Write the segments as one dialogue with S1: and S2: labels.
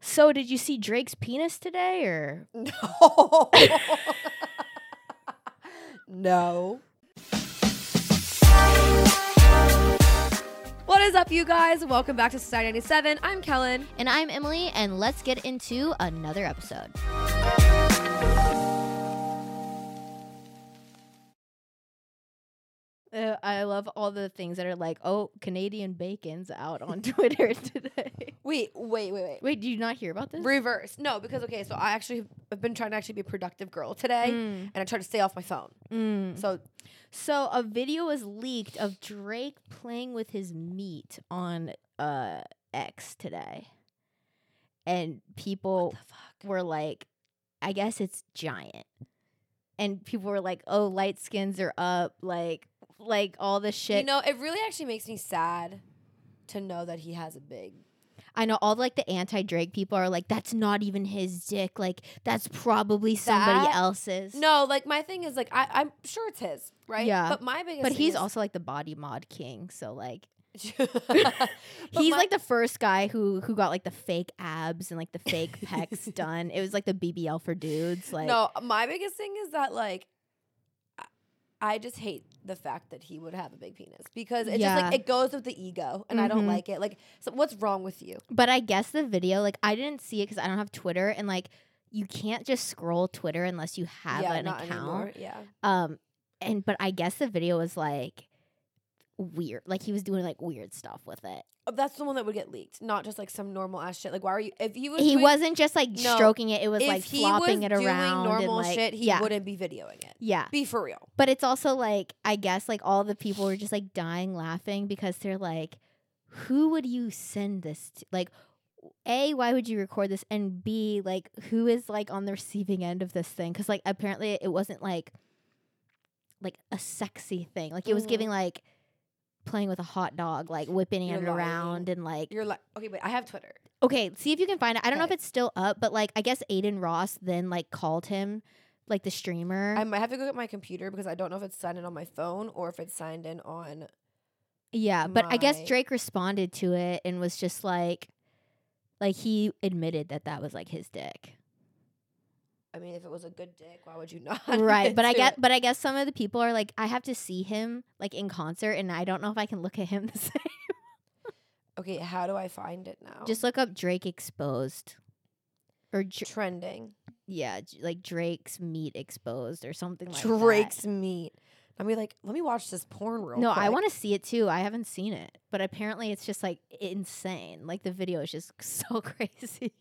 S1: So, did you see Drake's penis today or?
S2: No. no.
S3: What is up, you guys? Welcome back to Society 97. I'm Kellen.
S1: And I'm Emily, and let's get into another episode. Uh, I love all the things that are like, oh, Canadian bacon's out on Twitter today.
S3: Wait, wait, wait,
S1: Wait, did you not hear about this?
S3: Reverse. No, because okay, so I actually have been trying to actually be a productive girl today,
S1: Mm,
S3: and I tried to stay off my phone.
S1: mm.
S3: So
S1: So a video was leaked of Drake playing with his meat on uh X today. And people were like, I guess it's giant. And people were like, Oh, light skins are up, like like all the shit.
S3: you know, it really actually makes me sad to know that he has a big.
S1: I know all like the anti Drake people are like, That's not even his dick, like that's probably somebody
S3: That-
S1: else's.
S3: No, like my thing is like I, I'm sure it's his, right?
S1: Yeah.
S3: But my biggest.
S1: But
S3: thing
S1: he's
S3: is-
S1: also like the body mod king, so like
S3: But
S1: He's
S3: my-
S1: like the first guy who who got like the fake abs and like the fake pecs done. It was like the BBL for dudes. Like
S3: no, my biggest thing is that like I- I just hate the fact that he would have a big penis because it just
S1: Yeah.
S3: like it goes with the ego and I don't
S1: Mhm.
S3: like it. Like so what's wrong with you?
S1: but I guess the video like I didn't see it because I don't have Twitter and like you can't just scroll Twitter unless you have an account.
S3: anymore. Yeah.
S1: Um, and but I guess the video was like weird. Like he was doing like weird stuff with it.
S3: Oh, That's the one that would get leaked, not just like some normal ass shit. Like why are you if he was
S1: he
S3: doing-
S1: wasn't just like
S3: No,
S1: stroking it. It was
S3: if
S1: like
S3: he
S1: flopping
S3: was
S1: it
S3: doing
S1: around.
S3: normal
S1: and, like,
S3: shit, he
S1: yeah,
S3: wouldn't be videoing it.
S1: yeah.
S3: Be for real.
S1: But it's also like I guess like all the people were just like dying laughing because they're like, who would you send this to? Like, a why would you record this? And b like who is like on the receiving end of this thing? Because like apparently it wasn't like like a sexy thing. Like it was
S3: Mhm.
S1: giving like playing with a hot dog, like whipping
S3: You're
S1: it
S3: lying.
S1: around and like
S3: You're like okay, wait, I have Twitter.
S1: Okay, see if you can find it. I don't know if
S3: Okay.
S1: it's still up, but like I guess Aiden Ross then like called him, like the streamer.
S3: I might have to go get my computer because I don't know if it's signed in on my phone or if it's signed in on
S1: Yeah, but I guess
S3: my-
S1: Drake responded to it and was just like, like he admitted that that was like his dick,
S3: I mean, if it was a good dick, why would you not?
S1: right? But I
S3: do
S1: guess,
S3: it?
S1: but I guess some of the people are like, I have to see him like in concert, and I don't know if I can look at him the same.
S3: Okay, how do I find it now?
S1: Just look up Drake exposed, or Dr-
S3: trending.
S1: yeah, j- like Drake's meat exposed or something like that.
S3: Drake's meat. I mean, like, let me watch this porn real
S1: No,
S3: quick.
S1: I want to see it too. I haven't seen it, but apparently it's just like insane. Like the video is just so crazy.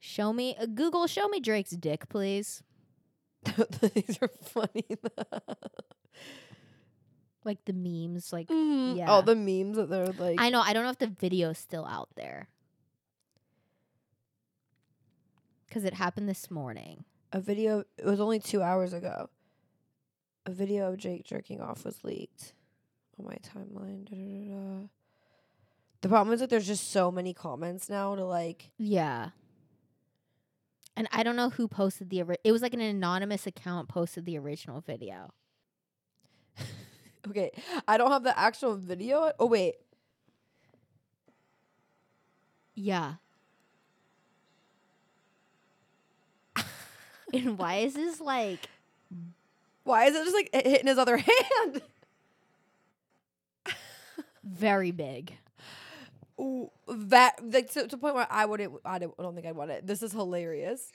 S1: show me uh, Google. Show me Drake's dick, please.
S3: to. These are funny.
S1: Like the memes. Like
S3: Mm-hmm. yeah.
S1: Yeah.
S3: All the memes that they're like.
S1: I know. I don't know if the video's still out there because it happened this morning.
S3: a video. It was only two hours ago. A video of Jake jerking off was leaked on my timeline. Da, da, da, da. The problem is that there's just so many comments now to like.
S1: Yeah. And I don't know who posted the. Ori- it was like an anonymous account posted the original video.
S3: Okay, I don't have the actual video. Oh wait,
S1: Yeah. and why is this like
S3: why is it just like hitting his other hand?
S1: very big?
S3: Ooh, that like to, to the point where I wouldn't. I don't, I don't think I'd want it. This is hilarious.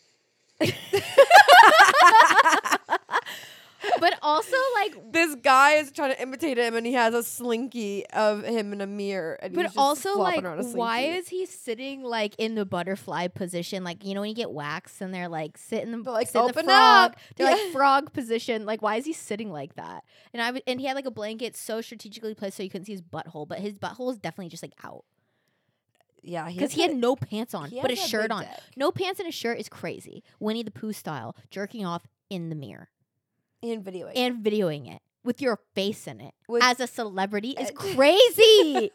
S1: But also like
S3: This guy is trying to imitate him, and he has a slinky of him in a mirror. And he's
S1: but
S3: just
S1: also like
S3: flopping around a
S1: why
S3: slinky.
S1: is he sitting like in the butterfly position? Like you know when you get waxed and they're like sit in the
S3: They're like,
S1: sit in the
S3: "Open
S1: frog.
S3: up."
S1: They're
S3: Yeah.
S1: like frog position. Like why is he sitting like that? And I w- and he had like a blanket so strategically placed so you couldn't see his butthole, but his butthole is definitely just like out
S3: yeah?
S1: because he had no pants on,
S3: he
S1: but a
S3: has a
S1: shirt
S3: big
S1: on.
S3: dick.
S1: No pants and a shirt is crazy. Winnie the Pooh style, jerking off in the mirror.
S3: in video.
S1: and videoing it with your face in it
S3: With-
S1: as a celebrity is
S3: Uh,
S1: crazy.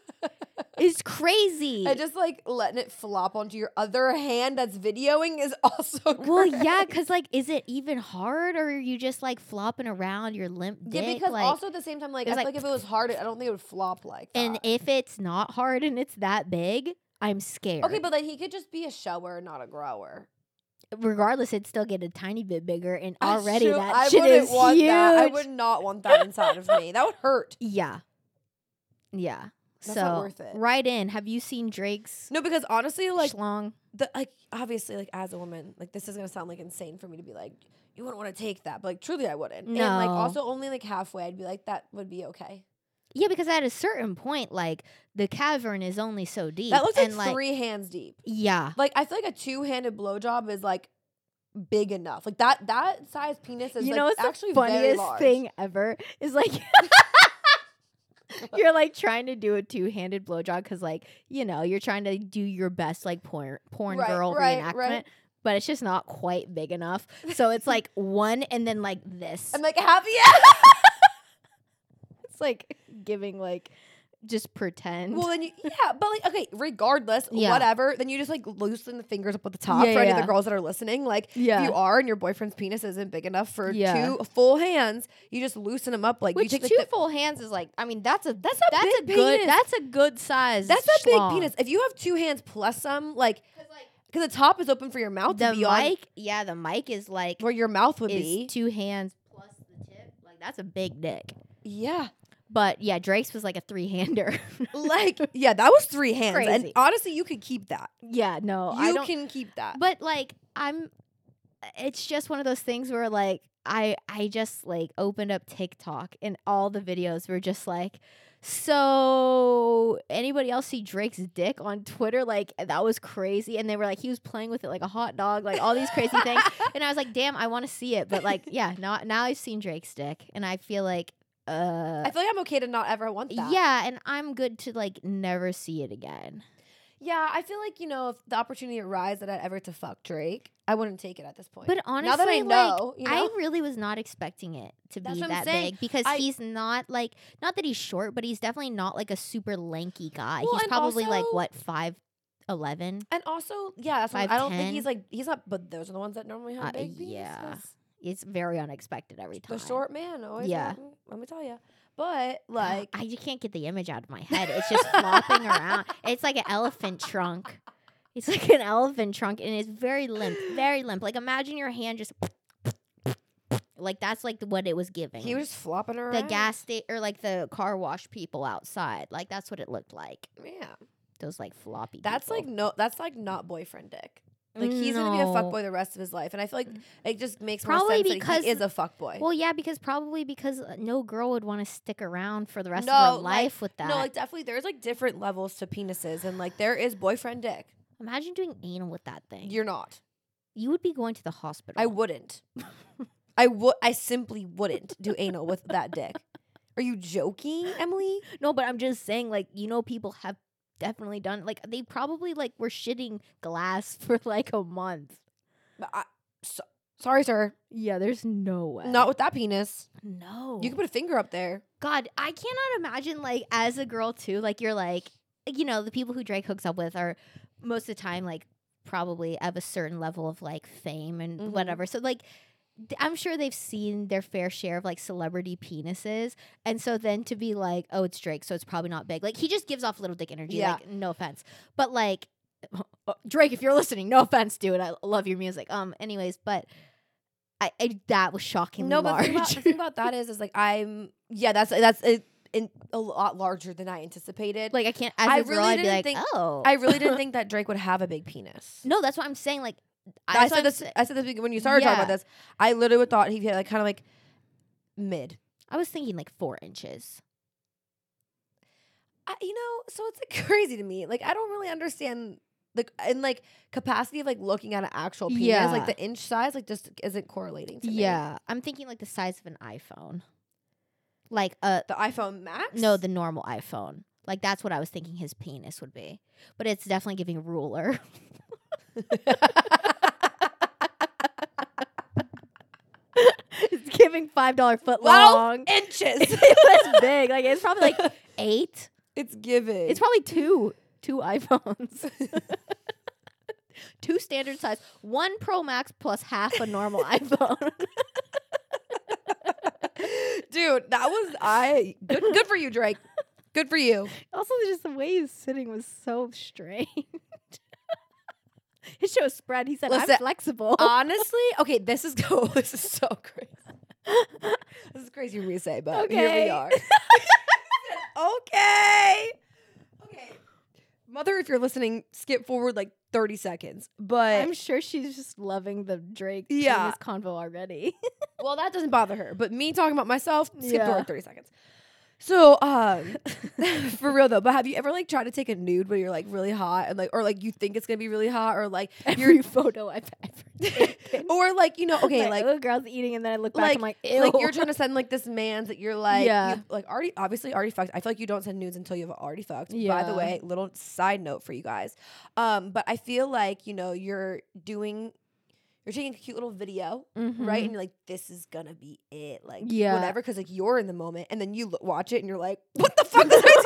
S1: is crazy.
S3: and just like letting it flop onto your other hand that's videoing is also
S1: well, yeah,
S3: great.
S1: because like, is it even hard, or are you just like flopping around your limp dick?
S3: yeah, because
S1: like,
S3: also uh, at the same time, like I
S1: it's
S3: feel like,
S1: like-
S3: if it was hard, I don't think it would flop like that.
S1: and if it's not hard and it's that big, I'm scared.
S3: Okay, but then he could just be a shower, not a grower.
S1: regardless, it'd still get a tiny bit bigger, and
S3: That's
S1: already
S3: true.
S1: that
S3: I
S1: shit
S3: wouldn't
S1: is
S3: want
S1: huge.
S3: that. I would not want that inside of me. That would hurt.
S1: Yeah, yeah.
S3: That's
S1: so
S3: not worth it.
S1: right in. Have you seen Drake's
S3: No, because honestly, like,
S1: schlong?
S3: the, like obviously, like as a woman, like this is gonna sound like insane for me to be like, you wouldn't want to take that, but like truly, I wouldn't. And like
S1: No.
S3: also only like halfway, I'd be like, that would be okay.
S1: Yeah, because at a certain point, like the cavern is only so deep.
S3: That looks like,
S1: and,
S3: three hands deep.
S1: Yeah,
S3: Like I feel like a two-handed blowjob is like big enough. Like that that size penis is
S1: you
S3: like,
S1: know what's
S3: actually
S1: the funniest
S3: very large.
S1: thing ever is like. You're like trying to do a two-handed blowjob because, like, you know, you're trying to do your best, like porn, porn
S3: Right,
S1: girl
S3: right,
S1: reenactment,
S3: right.
S1: but it's just not quite big enough. So it's like one, and then like this.
S3: I'm like happy.
S1: It's like giving like just pretend.
S3: well, then you yeah, but like okay, regardless,
S1: Yeah.
S3: whatever. Then you just like loosen the fingers up at the top
S1: Yeah,
S3: for any
S1: yeah,
S3: of
S1: yeah.
S3: the girls that are listening. Like
S1: yeah.
S3: if you are and your boyfriend's penis isn't big enough for
S1: Yeah.
S3: two full hands, you just loosen them up. Like
S1: Which
S3: you take
S1: two
S3: like, the-
S1: full hands is like I mean that's a that's
S3: a
S1: that's a
S3: big
S1: good
S3: penis.
S1: that's a good size.
S3: that's a big
S1: schlong.
S3: penis. If you have two hands plus some, like because the top is open for your mouth
S1: The
S3: to be on
S1: mic, yeah, the mic is like
S3: where your mouth would
S1: is
S3: be.
S1: two hands plus the tip. Like that's a big dick.
S3: yeah.
S1: But yeah, Drake's was like a three hander.
S3: like yeah that was three hands and
S1: Crazy.
S3: honestly you could keep that
S1: yeah, no, I
S3: you
S1: don't.
S3: can keep that
S1: but like I'm, it's just one of those things where like I I just like opened up TikTok and all the videos were just like. So anybody else see Drake's dick on Twitter? Like that was crazy, and they were like he was playing with it like a hot dog, like all these crazy things. And I was like, damn, I want to see it, but like, yeah, now now I've seen Drake's dick, and I feel like, uh,
S3: i feel like i'm okay to not ever want that
S1: yeah, and I'm good to like never see it again.
S3: yeah i feel like you know if the opportunity arise that i'd ever to fuck drake i wouldn't take it at this point
S1: But honestly,
S3: now that i
S1: like,
S3: know you know
S1: I really was not expecting it to
S3: That's
S1: be
S3: what I'm
S1: that
S3: saying.
S1: big because
S3: I-
S1: he's not like not that he's short, but he's definitely not like a super lanky guy.
S3: Well,
S1: he's
S3: and
S1: probably like
S3: also-
S1: what five eleven.
S3: and also yeah that's what, i don't think
S1: 5'10"?
S3: he's like he's not but those are the ones that normally have
S1: Uh,
S3: big penises.
S1: yeah. It's very unexpected every time.
S3: the short man always
S1: Yeah.
S3: yeah let me tell you but like
S1: I just can't get the image out of my head. It's just flopping around. It's like an elephant trunk. It's like an elephant trunk, and it's very limp, very limp. Like imagine your hand just like that's like what it was giving.
S3: he was just flopping around
S1: the gas station or like the car wash people outside. Like that's what it looked like.
S3: yeah
S1: Those like floppy.
S3: that's like
S1: people.
S3: no that's like not boyfriend dick Like he's gonna be a
S1: No. Mm.
S3: fuckboy the rest of his life, and I feel like it just makes more
S1: Probably
S3: sense
S1: because-
S3: that he is a fuckboy.
S1: Well, yeah, because probably because uh, no girl would want to stick around for the rest of
S3: No,
S1: her
S3: like-
S1: life with that.
S3: no, like definitely, there's like different levels to penises, and like there is boyfriend dick.
S1: imagine doing anal with that thing.
S3: You're not.
S1: You would be going to the hospital.
S3: I wouldn't. I would. I simply wouldn't do anal with that dick. Are you joking, Emily?
S1: No, but I'm just saying, like, you know, people have definitely done like they probably like were shitting glass for like a month.
S3: But I, so, sorry, sir.
S1: Yeah, there's no way.
S3: Not with that penis.
S1: no.
S3: You can put a finger up there.
S1: God, I cannot imagine like as a girl too, like you're like you know, the people who Drake hooks up with are most of the time like probably of a certain level of like fame and
S3: Mhm.
S1: whatever. So like th- I'm sure they've seen their fair share of like celebrity penises. And so then to be like, oh, it's Drake, so it's probably not big. Like he just gives off little dick energy.
S3: Yeah.
S1: Like, no offense. But like uh, Drake, if you're listening, no offense, dude. I love your music. Um, anyways, but I, I that was shockingly
S3: No, but
S1: large.
S3: the thing, about, the thing about that is, is like I'm. Yeah, that's that's it, in, a lot larger than I anticipated.
S1: Like I can't. As
S3: I
S1: a girl,
S3: really
S1: I'd be
S3: didn't
S1: like,
S3: think-
S1: oh,
S3: I really didn't think that Drake would have a big penis.
S1: no, that's what I'm saying. Like,
S3: I
S1: that's what I'm
S3: said this.
S1: sa-
S3: I said this be- when you started talking
S1: Yeah.
S3: about this. I literally thought he had like kind of like mid.
S1: I was thinking like four inches.
S3: I, you know, so it's like crazy to me. Like I don't really understand like in like capacity of like looking at an actual penis.
S1: Yeah.
S3: Like the inch size like just isn't correlating to me.
S1: I'm thinking like the size of an iPhone, like a
S3: The iPhone Max.
S1: no, the normal iPhone. Like that's what I was thinking his penis would be, but it's definitely giving ruler. it's giving five dollar foot
S3: Well,
S1: long.
S3: inches.
S1: it was big. Like it's probably like eight.
S3: it's giving.
S1: It's probably two, two iPhones. two standard size, one Pro Max plus half a normal iPhone.
S3: dude. That was I. Good, good for you, Drake. Good for you.
S1: also, just the way he's sitting was so strange. to show spread. He said,
S3: Listen,
S1: I'm flexible.
S3: Honestly, okay, this is go. This is so crazy. this is crazy we say, but here
S1: Okay.
S3: we are. okay. Okay. Mother, if you're listening, skip forward like 30 seconds. But
S1: I'm sure she's just loving the Drake
S3: Yeah.
S1: yeah. convo already.
S3: well, that doesn't bother her. But me talking about myself, skip
S1: Yeah.
S3: forward 30 seconds. So, um, for real though, but have you ever like tried to take a nude when you're like really hot and like, or like you think it's gonna be really hot, or like
S1: Every
S3: you're,
S1: photo I've ever taken.
S3: or like you know, okay,
S1: Like,
S3: like
S1: little girl's eating, and then I look back. I'm like, ew.
S3: like you're trying to send like this man's that you're like
S1: Yeah.
S3: you- like already obviously already fucked. I feel like you don't send nudes until you've already fucked. By the
S1: Yeah.
S3: way, little side note for you guys. Um, but I feel like, you know, you're doing you're taking a cute little video,
S1: Mm-hmm.
S3: right? And you're like, this is gonna be it. Like
S1: Yeah.
S3: whatever, because like you're in the moment and then you lo- watch it and you're like, what the fuck is I doing?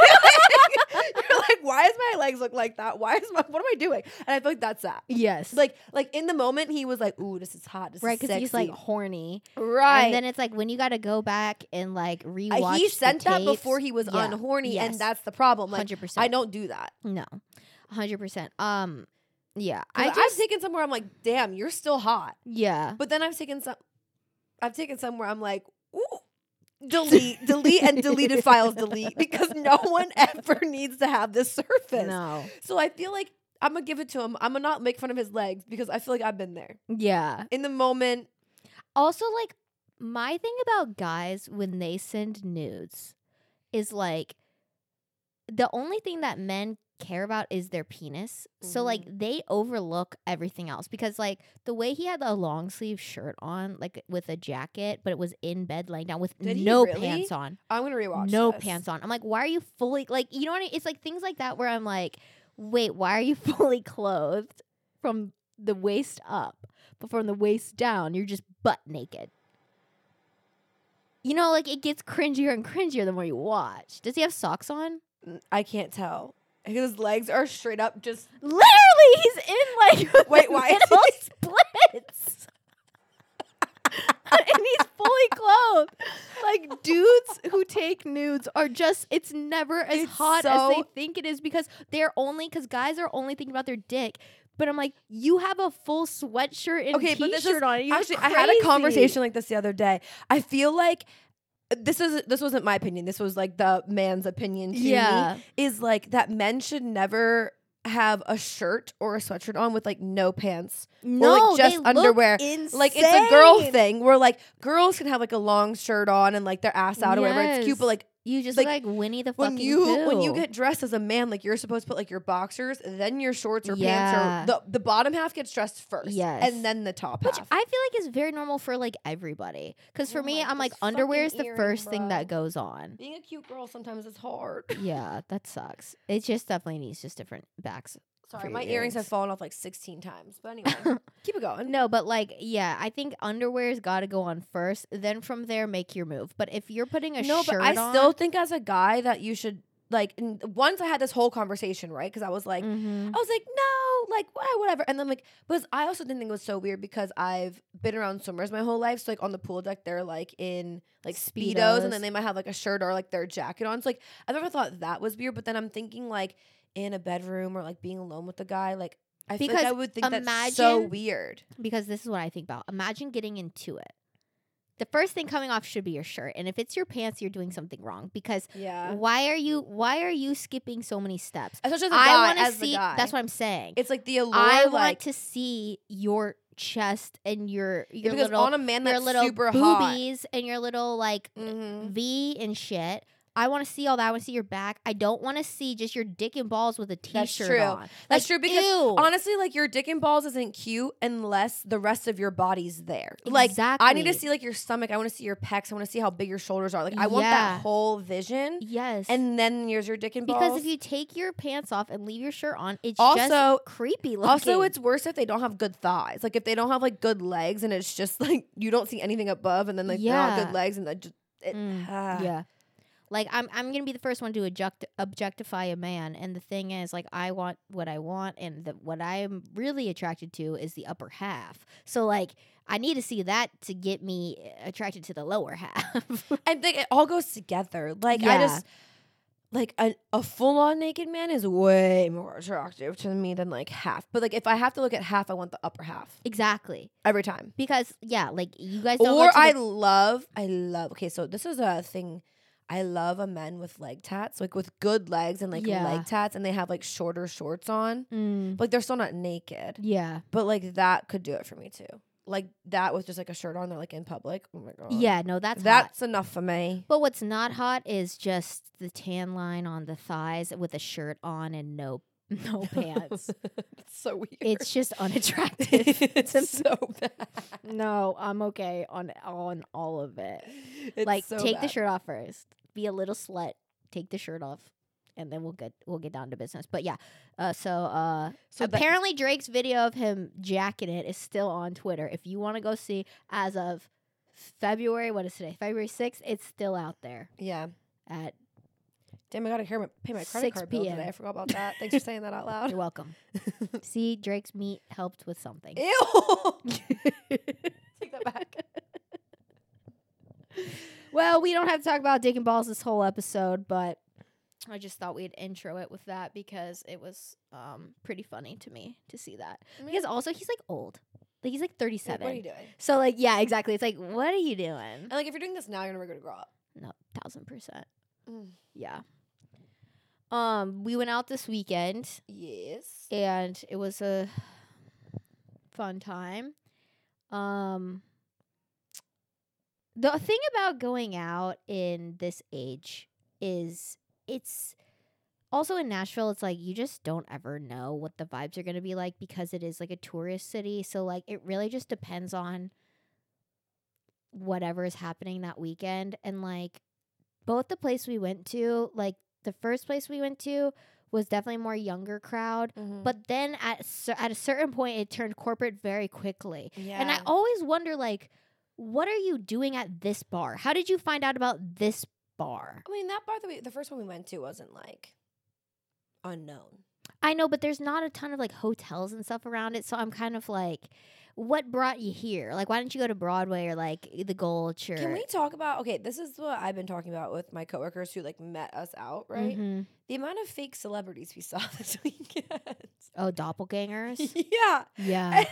S3: you're like, why is my legs look like that? Why is my what am I doing? And I feel like that's that.
S1: Yes.
S3: Like, like in the moment, he was like, "Ooh, this is hot, this
S1: right,
S3: is
S1: because
S3: sexy."
S1: he's like horny.
S3: right.
S1: And then it's like when you got to go back and like
S3: Uh,
S1: rewatch.
S3: he sent that before he was
S1: Yeah.
S3: on horny, and
S1: Yes.
S3: that's the problem. Like,
S1: Hundred percent.
S3: I don't do that.
S1: No, hundred percent. Um, yeah, I
S3: I I've
S1: just
S3: taken somewhere I'm like, damn, you're still hot.
S1: yeah.
S3: But then I've taken some, I've taken somewhere I'm like, ooh, delete, delete, and deleted files, delete, because no one ever needs to have this surface.
S1: No,
S3: So I feel like I'm gonna give it to him. I'm gonna not make fun of his legs because I feel like I've been there
S1: yeah.
S3: in the moment.
S1: Also, like my thing about guys when they send nudes is like the only thing that men care about is their penis. So like
S3: Mm-hmm.
S1: they overlook everything else because like the way he had a long sleeve shirt on, like with a jacket, but it was in bed laying down with
S3: Did he
S1: no
S3: really?
S1: pants on.
S3: I'm gonna rewatch.
S1: no
S3: this.
S1: pants on. I'm like, why are you fully like you know what I It's like things like that where I'm like, wait, why are you fully clothed from the waist up, but from the waist down, you're just butt naked. You know, like it gets cringier and cringier the more you watch. Does he have socks on?
S3: Mm, I can't tell. His legs are straight up, just
S1: Literally, he's in like
S3: Wait,
S1: the
S3: why is
S1: middle splits. and he's fully clothed. Like dudes who take nudes are just it's never as
S3: It's
S1: hot as they
S3: so-
S1: think it is because they're only cuz guys are only thinking about their dick. But I'm like, you have a full sweatshirt and
S3: Okay,
S1: t-shirt
S3: but this is-
S1: on. You look
S3: Actually, I had a
S1: crazy.
S3: conversation like this the other day. I feel like this is this wasn't my opinion. This was like the man's opinion to
S1: Yeah.
S3: me is like that men should never have a shirt or a sweatshirt on with like no pants.
S1: No,
S3: just
S1: they look
S3: underwear.
S1: Insane.
S3: Like it's a girl thing where like girls can have like a long shirt on and like their ass out or whatever. It's cute, but
S1: Yes.
S3: like
S1: You just
S3: Like,
S1: look like Winnie the
S3: when
S1: fucking
S3: you when you
S1: Pooh.
S3: get dressed as a man, like you're supposed to put like your boxers, then your shorts or
S1: Yeah.
S3: pants or the, the bottom half gets dressed first.
S1: Yes.
S3: And then the top
S1: Which
S3: half.
S1: I feel like is very normal for like everybody. Because for
S3: Oh
S1: me,
S3: my-
S1: I'm like
S3: this
S1: underwear is
S3: fucking
S1: the
S3: earring,
S1: first thing that
S3: bro.
S1: goes on.
S3: Being a cute girl sometimes is hard.
S1: yeah, that sucks. It just definitely needs just different backs. for
S3: Sorry,
S1: your
S3: my earrings have
S1: earrings.
S3: fallen off like 16 times. But anyway, keep it going.
S1: No, but like, yeah, I think underwear's got to go on first. Then from there, make your move. But if you're putting a
S3: no,
S1: shirt
S3: but I
S1: on,
S3: still think as a guy that you should like. n- Once I had this whole conversation, right? Because I was like,
S1: Mhm.
S3: I was like, no, like why, whatever. And then like, but I also didn't think it was so weird because I've been around swimmers my whole life. So like on the pool deck, they're like in like speedos,
S1: Speedos.
S3: and then they might have like a shirt or like their jacket on. So like I never thought that was weird. But then I'm thinking like in a bedroom or like being alone with a guy, like. I feel like
S1: Because
S3: I would think that's so
S1: imagine-
S3: weird.
S1: because this is what I think about. Imagine getting into it. The first thing coming off should be your shirt, and if it's your pants, you're doing something wrong. Because
S3: Yeah.
S1: why are you why are you skipping so many steps?
S3: Especially as a
S1: I
S3: guy,
S1: want to
S3: as a
S1: see.
S3: guy.
S1: That's what I'm saying.
S3: It's like the allure,
S1: I
S3: like
S1: want to see your chest and your
S3: Yeah,
S1: your
S3: because
S1: little
S3: on a man
S1: your
S3: that's
S1: little
S3: super hot.
S1: boobies and your little like
S3: Mhm.
S1: V and shit. I want to see all that. I want to see your back. I don't want to see just your dick and balls with a
S3: That's
S1: t-shirt
S3: true.
S1: on.
S3: That's
S1: Like,
S3: true because
S1: ew.
S3: honestly, like your dick and balls isn't cute unless the rest of your body's there. Like I need to
S1: Exactly.
S3: see like your stomach. I want to see your pecs. I want to see how big your shoulders are. Like I want
S1: Yeah.
S3: that whole vision.
S1: yes,
S3: And then here's your dick and balls.
S1: because if you take your pants off and leave your shirt on, it's
S3: Also-
S1: just creepy looking.
S3: also, it's worse if they don't have good thighs. Like if they don't have like good legs, and it's just like you don't see anything above, and then like they're not
S1: Yeah.
S3: good legs, and that just it,
S1: Mm,
S3: ah.
S1: yeah. Like I'm, I'm gonna be the first one to object, objectify a man, and the thing is, like, I want what I want, and the, what I'm really attracted to is the upper half. So, like, I need to see that to get eh, me attracted to the lower half.
S3: I think it all goes together. Like I
S1: Yeah.
S3: just like a, a full on naked man is way more attractive to me than like half. But like if I have to look at half, I want the upper half
S1: Exactly.
S3: every time.
S1: Because yeah, like you guys don't
S3: Or
S1: go to
S3: I
S1: the-
S3: love, I love. Okay, so this is a thing. I love a men with leg tats, like with good legs and like
S1: Yeah.
S3: leg tats, and they have like shorter shorts on.
S1: Mm,
S3: Like they're still not naked,
S1: yeah.
S3: but like that could do it for me too. Like that with just like a shirt on, they're like in public. Oh my god.
S1: Uh, Yeah, no, that's hot.
S3: that's enough for me.
S1: But what's not hot is just the tan line on the thighs with a shirt on and no no pants.
S3: it's so weird.
S1: It's just unattractive.
S3: it's so bad.
S1: no, I'm okay on on all of it.
S3: It's
S1: like
S3: so
S1: take the
S3: bad.
S1: shirt off first. Be a little slut. Take the shirt off. And then we'll get we'll get down to business. But yeah. Uh, so uh
S3: So that-
S1: apparently Drake's video of him jacking it is still on Twitter. If you want to go see as of February, what is today? February 6th, it's still out there
S3: Yeah.
S1: at
S3: Damn, I gotta hear my, pay my credit
S1: 6
S3: card bill today.
S1: PM.
S3: I forgot about that. Thanks for saying that out loud.
S1: You're welcome. See, Drake's meat helped with something.
S3: Ew. Take that back.
S1: Well, we don't have to talk about dick and balls this whole episode, but I just thought we'd intro it with that because it was um, pretty funny to me to see that. Because also he's like old, like he's like
S3: Like,
S1: 37.
S3: what are you doing? Uh,
S1: so like yeah, exactly. It's like what are you doing?
S3: And like, if you're doing this now, you're never gonna grow up.
S1: No, thousand percent.
S3: Mm.
S1: Yeah. Um, we went out this weekend
S3: Yes.
S1: and it was a fun time. Um, the thing about going out in this age is it's also in Nashville, it's like you just don't ever know what the vibes are going to be like because it is like a tourist city. So, like, it really just depends on whatever is happening that weekend. And, like, both the place we went to, like, the first place we went to was definitely more younger crowd.
S3: Mm-hmm.
S1: But then at cer- at a certain point, it turned corporate very quickly,
S3: yeah.
S1: and I always wonder like, what are you doing at this bar? How did you find out about this bar?
S3: I mean, that bar that we, the first one we went to wasn't like unknown.
S1: I know, but there's not a ton of like hotels and stuff around it, so I'm kind of like, what brought you here? Like, why didn't you go to Broadway or like the Gulch or?
S3: Can we talk about? Okay, this is what I've been talking about with my coworkers who like met us out, right?
S1: Mhm.
S3: The amount of fake celebrities we saw this weekend.
S1: Oh, doppelgangers.
S3: yeah.
S1: yeah.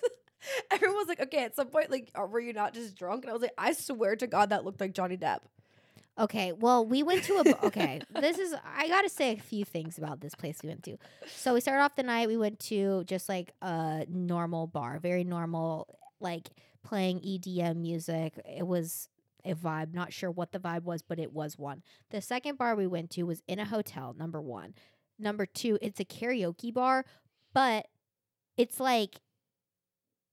S3: Everyone was like, okay, at some point, like, uh, were you not just drunk? And I was like, I swear to God, that looked like Johnny Depp.
S1: Okay. Well, we went to a. b- Okay. this is. I got to say a few things about this place we went to. So we started off the night. We went to just like a normal bar, very normal, like playing EDM music. It was a vibe. Not sure what the vibe was, but it was one. The second bar we went to was in a hotel, number one. Number two, it's a karaoke bar, but it's like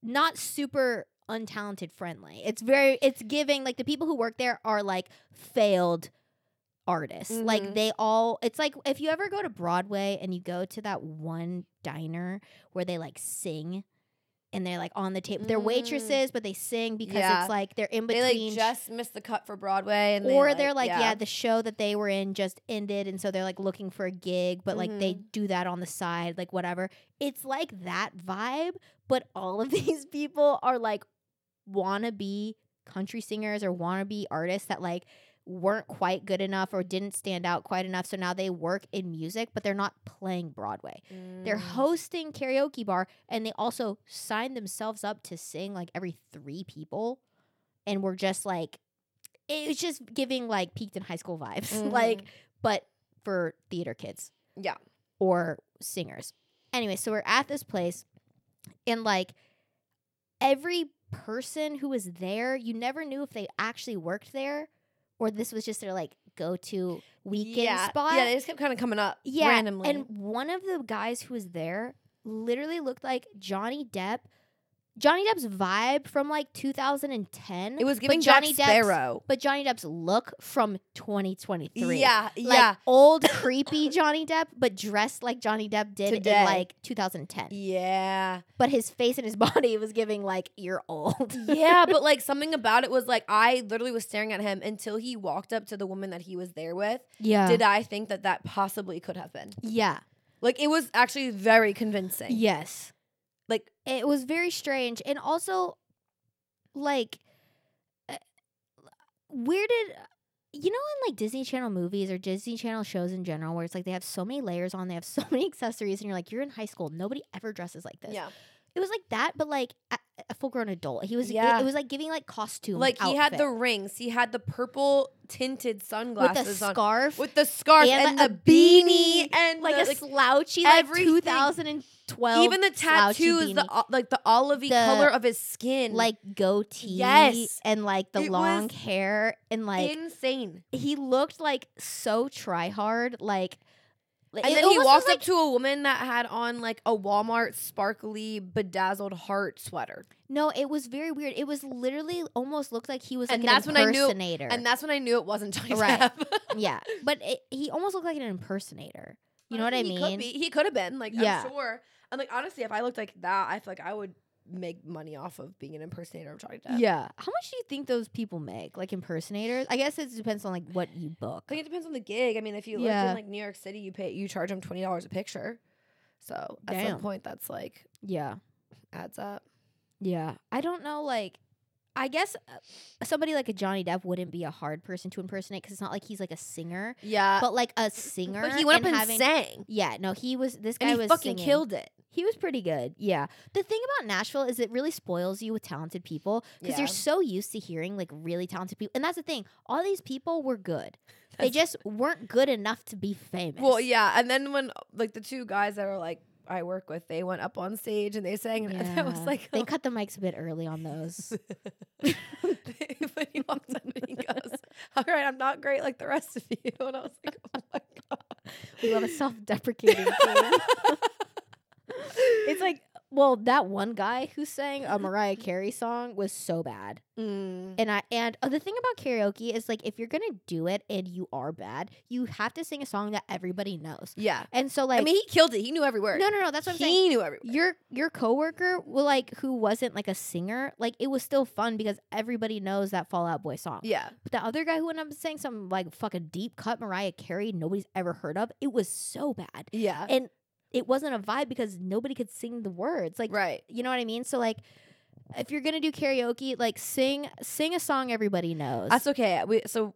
S1: not super untalented friendly. It's very it's giving like the people who work there are like failed artists. Like
S3: Mhm.
S1: they all it's like if you ever go to Broadway and you go to that one diner where they like sing and they're like on the table. They're
S3: Mm.
S1: waitresses, but they sing because
S3: Yeah.
S1: it's like they're in between
S3: They like just missed the cut for Broadway, and
S1: or they are like, yeah. the show that they were in just ended, and so they're like looking for a gig, but like they do that on the side, like whatever. It's like that vibe, but all of these people are like wannabe country singers or wannabe artists that like weren't quite good enough or didn't stand out quite enough, so now they work in music, but they're not playing Broadway.
S3: Mm.
S1: They're hosting karaoke bar and they also sign themselves up to sing like every three people. And we're just like, it was just giving like peaked in high school vibes, like, but for theater kids
S3: Mm. yeah,
S1: or singers. Anyway, so we're at this place and like every person who was there, you never knew if they actually worked there or this was just their like go to weekend
S3: yeah,
S1: spot
S3: Yeah, they just kept kind of coming up,
S1: yeah,
S3: randomly.
S1: And one of the guys who was there literally looked like Johnny Depp. Johnny Depp's vibe from like 2010.
S3: it was
S1: but
S3: giving
S1: Johnny
S3: Jack
S1: Depp's-
S3: Sparrow.
S1: but Johnny Depp's look from 2023.
S3: Yeah,
S1: Like
S3: yeah,
S1: old creepy Johnny Depp, but dressed like Johnny Depp did
S3: Today.
S1: in like 2010.
S3: yeah,
S1: But his face and his body was giving like you're old.
S3: yeah. But like something about it was like I literally was staring at him until he walked up to the woman that he was there with.
S1: Yeah.
S3: Did I think that that possibly could have been?
S1: yeah.
S3: Like it was actually very convincing.
S1: Yes.
S3: Like
S1: it was very strange and also like uh, where did you know in like Disney Channel movies or Disney Channel shows in general where it's like they have so many layers on, they have so many accessories and you're like you're in high school, nobody ever dresses like this.
S3: Yeah.
S1: It was like that but like a, a full grown adult. He was it-
S3: Yeah.
S1: it, was like giving like costume
S3: Like he had
S1: outfit
S3: the rings, he had the purple tinted
S1: with a
S3: sunglasses on.
S1: scarf
S3: With the scarf
S1: and
S3: and,
S1: a- a
S3: the beanie,
S1: beanie,
S3: and
S1: like
S3: the,
S1: a slouchy like
S3: everything.
S1: 2012
S3: even the
S1: slouchy
S3: tattoos, the
S1: beanie.
S3: o- like the olivey
S1: The-
S3: color of his skin,
S1: like goatee
S3: Yes.
S1: and like the
S3: It
S1: long
S3: was
S1: hair and like
S3: insane.
S1: he looked like so try hard like
S3: And then he walked up to a woman that had on like a Walmart sparkly bedazzled heart sweater,
S1: no it was very weird it was literally almost looked like he was like
S3: And
S1: an
S3: that's when I knew-
S1: impersonator
S3: and that's when I knew it wasn't Johnny
S1: Right.
S3: Depp.
S1: yeah but it, he almost looked like an impersonator you know what I
S3: Honestly, He could,
S1: mean
S3: be. He could have been like
S1: Yeah.
S3: I'm sure. And like honestly, if I looked like that, I feel like I would make money off of being an impersonator of Johnny Depp.
S1: yeah how much do you think those people make like impersonators I guess it depends on like what you book
S3: I think it depends on the gig. I mean, if you lived
S1: Yeah.
S3: in like New York City, you pay you charge them twenty dollars a picture. So at
S1: Damn.
S3: some point, that's like
S1: yeah
S3: adds up.
S1: yeah I don't know like I guess uh, somebody like a Johnny Depp wouldn't be a hard person to impersonate because it's not like he's like a singer
S3: Yeah,
S1: but like a singer
S3: Uh, but he went up and
S1: having
S3: sang,
S1: Yeah, no, he was this guy
S3: and he
S1: was
S3: fucking
S1: singing.
S3: killed it.
S1: He was pretty good. Yeah. The thing about Nashville is it really spoils you with talented people because
S3: Yeah.
S1: you're so used to hearing like really talented people. And that's the thing. All these people were good. they just weren't good enough to be famous.
S3: Well, yeah, and then when like the two guys that are like I work with, they went up on stage and they sang, and I was
S1: Yeah.
S3: like, oh
S1: they cut the mics a bit early on those.
S3: but he walks up and he goes, "All right, I'm not great like the rest of you." And I was like, "Oh my god,
S1: we love a self-deprecating team. it's like, well, that one guy who sang a Mariah Carey song was so bad.
S3: Mm.
S1: And I and oh, the thing about karaoke is like if you're gonna do it and you are bad, you have to sing a song that everybody knows.
S3: Yeah,
S1: And so like
S3: I mean, he killed it. He knew every word.
S1: no no no that's what I'm
S3: he
S1: saying.
S3: knew every word.
S1: Your your coworker well, like who wasn't like a singer, like it was still fun because everybody knows that Fallout Boy song.
S3: Yeah,
S1: But the other guy who went up and sang some like fucking deep cut Mariah Carey nobody's ever heard of, it was so bad.
S3: yeah,
S1: And it wasn't a vibe because nobody could sing the words. Like
S3: right.
S1: you know what I mean? So like if you're gonna do karaoke, like sing sing a song everybody knows.
S3: That's okay. We so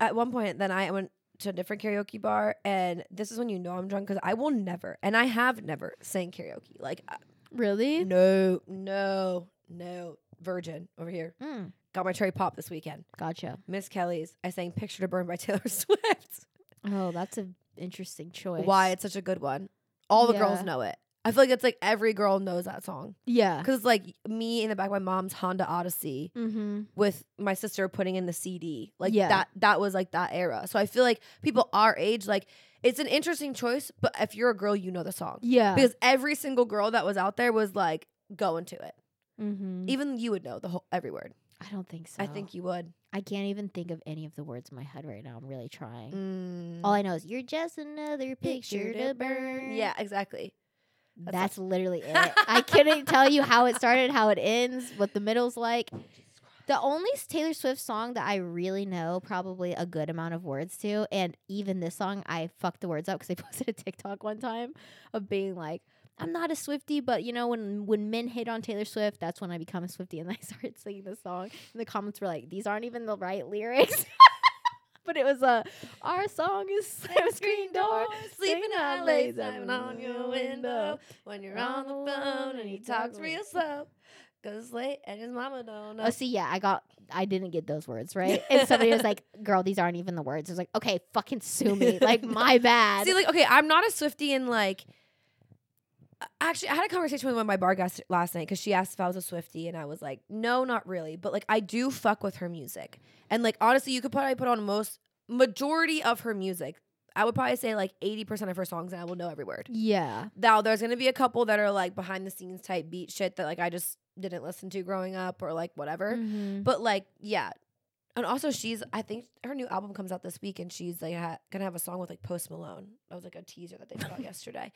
S3: at one point, then I went to a different karaoke bar, and this is when you know I'm drunk because I will never, and I have never sang karaoke. Like, uh,
S1: Really?
S3: no, no, no, virgin over here.
S1: Mm,
S3: Got my cherry pop this weekend.
S1: gotcha.
S3: Miss Kelly's. I sang "Picture to Burn" by Taylor Swift.
S1: Oh, that's an interesting choice.
S3: why it's such a good one. All the girls
S1: Yeah.
S3: know it. I feel like it's like every girl knows that song
S1: Yeah.
S3: because it's like me in the back of my mom's Honda Odyssey
S1: Mm-hmm.
S3: with my sister putting in the CD. Like
S1: Yeah.
S3: that that was like that era. So I feel like people our age like it's an interesting choice, but if you're a girl, you know the song
S1: Yeah.
S3: because every single girl that was out there was like going to it.
S1: mm-hmm. Oh.
S3: Even you would know the whole every word.
S1: I don't think so.
S3: I think you would.
S1: I can't even think of any of the words in my head right now. I'm really trying.
S3: Mm.
S1: All I know is you're just another picture to burn.
S3: Yeah, exactly.
S1: That's, literally it. I couldn't tell you how it started, how it ends, what the middle's like. The only s- Taylor Swift song that I really know probably a good amount of words to, and even this song, I fucked the words up because I posted a TikTok one time of being like, I'm not a Swifty, but you know, when when men hit on Taylor Swift, that's when I become a Swifty. And I started singing the song, and the comments were like, these aren't even the right lyrics. but it was a, our song is Slam Screen Door.
S3: Sleeping out late, slamming on your window. When you're on the phone and he talks real slow. Cause it's late and his mama don't know.
S1: Oh, see, yeah, I got, I didn't get those words right, and somebody was like, "Girl, these aren't even the words." I was like, "Okay, fucking sue me, like my bad."
S3: See, like, okay, I'm not a Swifty in like. a- Actually, I had a conversation with one of my bar guys last night because she asked if I was a Swifty, and I was like, no, not really. But like, I do fuck with her music. And like, honestly, you could probably put on most, majority of her music. I would probably say like 80% of her songs, and I will know every word.
S1: yeah,
S3: Now, there's gonna be a couple that are like behind the scenes type beat shit that like I just didn't listen to growing up or like whatever.
S1: Mhm.
S3: But like, yeah. And also, she's I think her new album comes out this week, and she's like ha- gonna have a song with like Post Malone. That was like a teaser that they put out yesterday.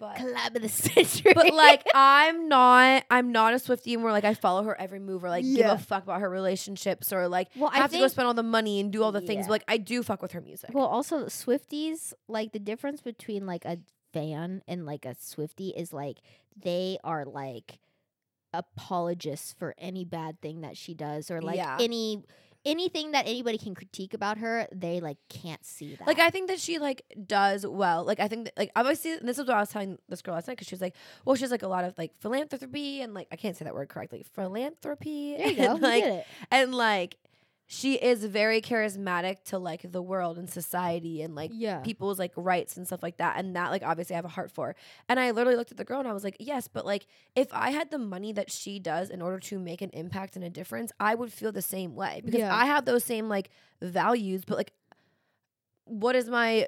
S3: But
S1: collab of the century.
S3: but like, I'm not I'm not a Swifty, and we're like I follow her every move, or like
S1: Yeah.
S3: give a fuck about her relationships, or like
S1: well,
S3: I
S1: I
S3: have to go
S1: think,
S3: spend all the money and do all the things.
S1: Yeah.
S3: But like, I do fuck with her music.
S1: well, also Swifties, like the difference between like a fan and like a Swifty is like they are like apologists for any bad thing that she does or like
S3: Yeah.
S1: any anything that anybody can critique about her, they like can't see that.
S3: Like I think that she like does well. Like I think that, like obviously and this is what I was telling this girl last night because she was like, well, she's like a lot of like philanthropy and like I can't say that word correctly, philanthropy.
S1: there you go.
S3: and,
S1: you
S3: like
S1: did it.
S3: and like she is very charismatic to like the world and society and like
S1: yeah.
S3: people's like rights and stuff like that and that like obviously I have a heart for. And I literally looked at the girl and I was like, "Yes, but like if I had the money that she does in order to make an impact and a difference, I would feel the same way because
S1: Yeah.
S3: I have those same like values, but like what is my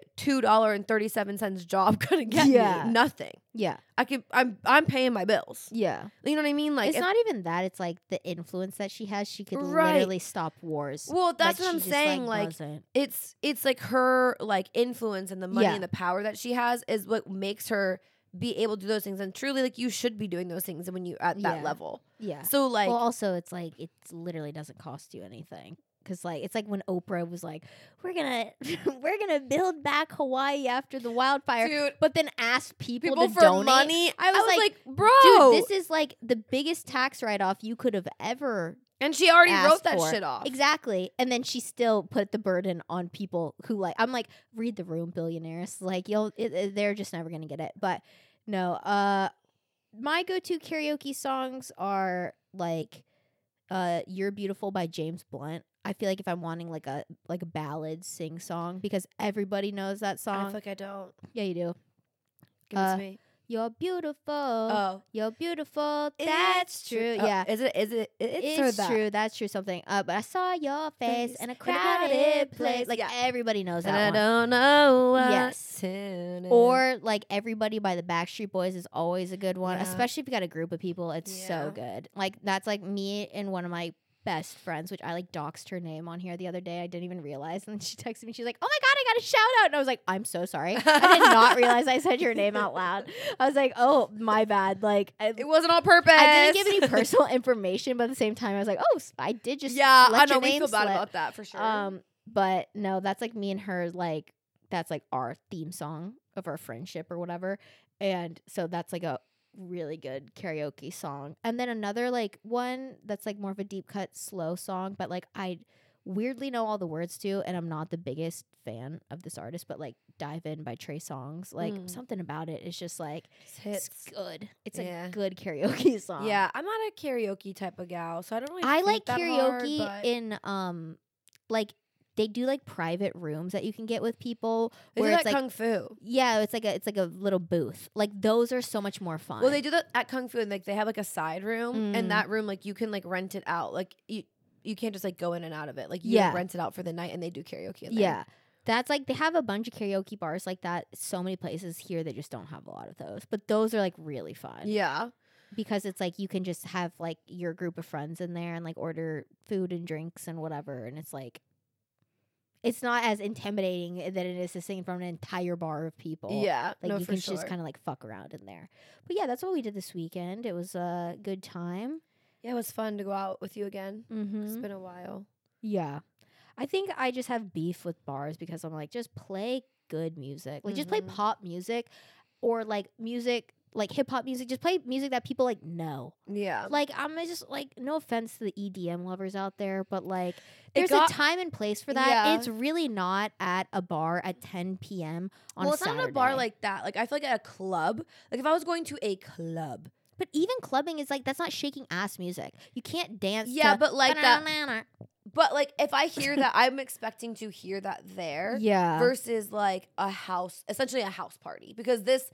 S3: $2.37 job going to get
S1: Yeah.
S3: me? Nothing.
S1: yeah.
S3: I could I'm I'm paying my bills.
S1: Yeah.
S3: You know what I mean? Like
S1: it's
S3: if-
S1: not even that. It's like the influence that she has. She could
S3: Right.
S1: literally stop wars.
S3: Well, that's
S1: but
S3: what
S1: she
S3: I'm
S1: just,
S3: saying like
S1: doesn't.
S3: it's it's like her like influence and the money
S1: Yeah.
S3: and the power that she has is what makes her be able to do those things and truly like you should be doing those things when you at that
S1: Yeah.
S3: level
S1: yeah.
S3: so like
S1: well, also, it's like it literally doesn't cost you anything. Cause like it's like when Oprah was like, "We're gonna, we're gonna build back Hawaii after the wildfire,"
S3: dude
S1: but then asked people,
S3: people
S1: to
S3: for
S1: donate.
S3: money i was,
S1: was
S3: like,
S1: like,
S3: bro
S1: Dude, this is like the biggest tax write-off you could have ever
S3: and she already wrote
S1: asked
S3: that
S1: for.
S3: shit off
S1: Exactly. And then she still put the burden on people who like I'm like read the room billionaires like you'll it, it- they're just never going to get it. But no, uh my go-to karaoke songs are like uh You're Beautiful by James Blunt. I feel like if I'm wanting like a like a ballad sing song because everybody knows that
S3: i
S1: song.
S3: feel like i don't
S1: yeah, you do.
S3: give it
S1: Uh,
S3: to me
S1: You're beautiful.
S3: oh
S1: You're beautiful. That's true.
S3: Oh,
S1: yeah.
S3: is it is it it's,
S1: It's,
S3: or that
S1: true. That's true. Something. Uh, but I saw your face
S3: Face
S1: in a
S3: in a crowded
S1: crowded place.
S3: place.
S1: Like
S3: Yeah.
S1: everybody knows
S3: and i
S1: that one.
S3: don't know what
S1: Yes.
S3: to do.
S1: Or like everybody by the Backstreet Boys is always a good one,
S3: Yeah.
S1: especially if you got a group of people. It's
S3: Yeah.
S1: so good. Like that's like me and one of my best friends, which I like doxed her name on here the other day. I didn't even realize, and she texted me. She's like, "Oh my god, I got a shout out!" And I was like, "I'm so sorry. I did not realize I said your name out loud." I was like, "Oh my bad." Like I,
S3: it wasn't on purpose
S1: I didn't give any personal information, but at the same time, I was like, "Oh, s- I did just
S3: yeah i
S1: let
S3: know
S1: your
S3: we
S1: name
S3: feel bad
S1: slip.
S3: about that for sure
S1: Um, but no, that's like me and her like that's like our theme song of our friendship or whatever. And so that's like a really good karaoke song. And then another like one that's like more of a deep cut slow song, but like I weirdly know all the words to and I'm not the biggest fan of this artist, but like Dive In by Trey Songs, like
S3: Mm.
S1: something about it is just like
S3: Just
S1: it's,
S3: hits.
S1: good. It's
S3: Yeah.
S1: a good karaoke song.
S3: Yeah, I'm not a karaoke type of gal, so I don't really.
S1: I
S3: think
S1: like
S3: that
S1: karaoke
S3: hard, but
S1: in um like they do like private rooms that you can get with people
S3: they
S1: where
S3: do
S1: it's
S3: that
S1: like
S3: kung fu.
S1: yeah, it's like a it's like a little booth. Like those are so much more fun.
S3: Well, they do that at kung fu, and like they have like a side room,
S1: Mm.
S3: and that room like you can like rent it out. Like you, you can't just like go in and out of it. Like you
S1: Yeah.
S3: rent it out for the night, and they do karaoke. In there.
S1: yeah. That's like they have a bunch of karaoke bars like that. So many places here they just don't have a lot of those. But those are like really fun
S3: yeah.
S1: because it's like you can just have like your group of friends in there and like order food and drinks and whatever and it's like it's not as intimidating that it is to sing in front of an entire bar of people.
S3: Yeah,
S1: Like
S3: no,
S1: you
S3: for
S1: can
S3: sure.
S1: just kind of like fuck around in there. But yeah, that's what we did this weekend. It was a good time.
S3: yeah, it was fun to go out with you again. It's
S1: Mm-hmm.
S3: been a while.
S1: Yeah. I think I just have beef with bars because I'm like, just play good music. Like just play
S3: Mhm.
S1: pop music or like music like hip hop music. Just play music that people like know.
S3: Yeah,
S1: Like I'm just like no offense to the EDM lovers out there, but like there's
S3: got-
S1: a time and place for that.
S3: Yeah.
S1: It's really not at a bar at 10 p.m. on
S3: well,
S1: a
S3: it's not a bar
S1: Saturday.
S3: like that. Like I feel like at a club. Like if I was going to a club.
S1: But even clubbing is like that's not shaking ass music. You can't dance.
S3: Yeah,
S1: to
S3: but like that.
S1: "Ba-na-na-na-na."
S3: But like if I hear that, I'm expecting to hear that there.
S1: Yeah,
S3: versus like a house, essentially a house party, because this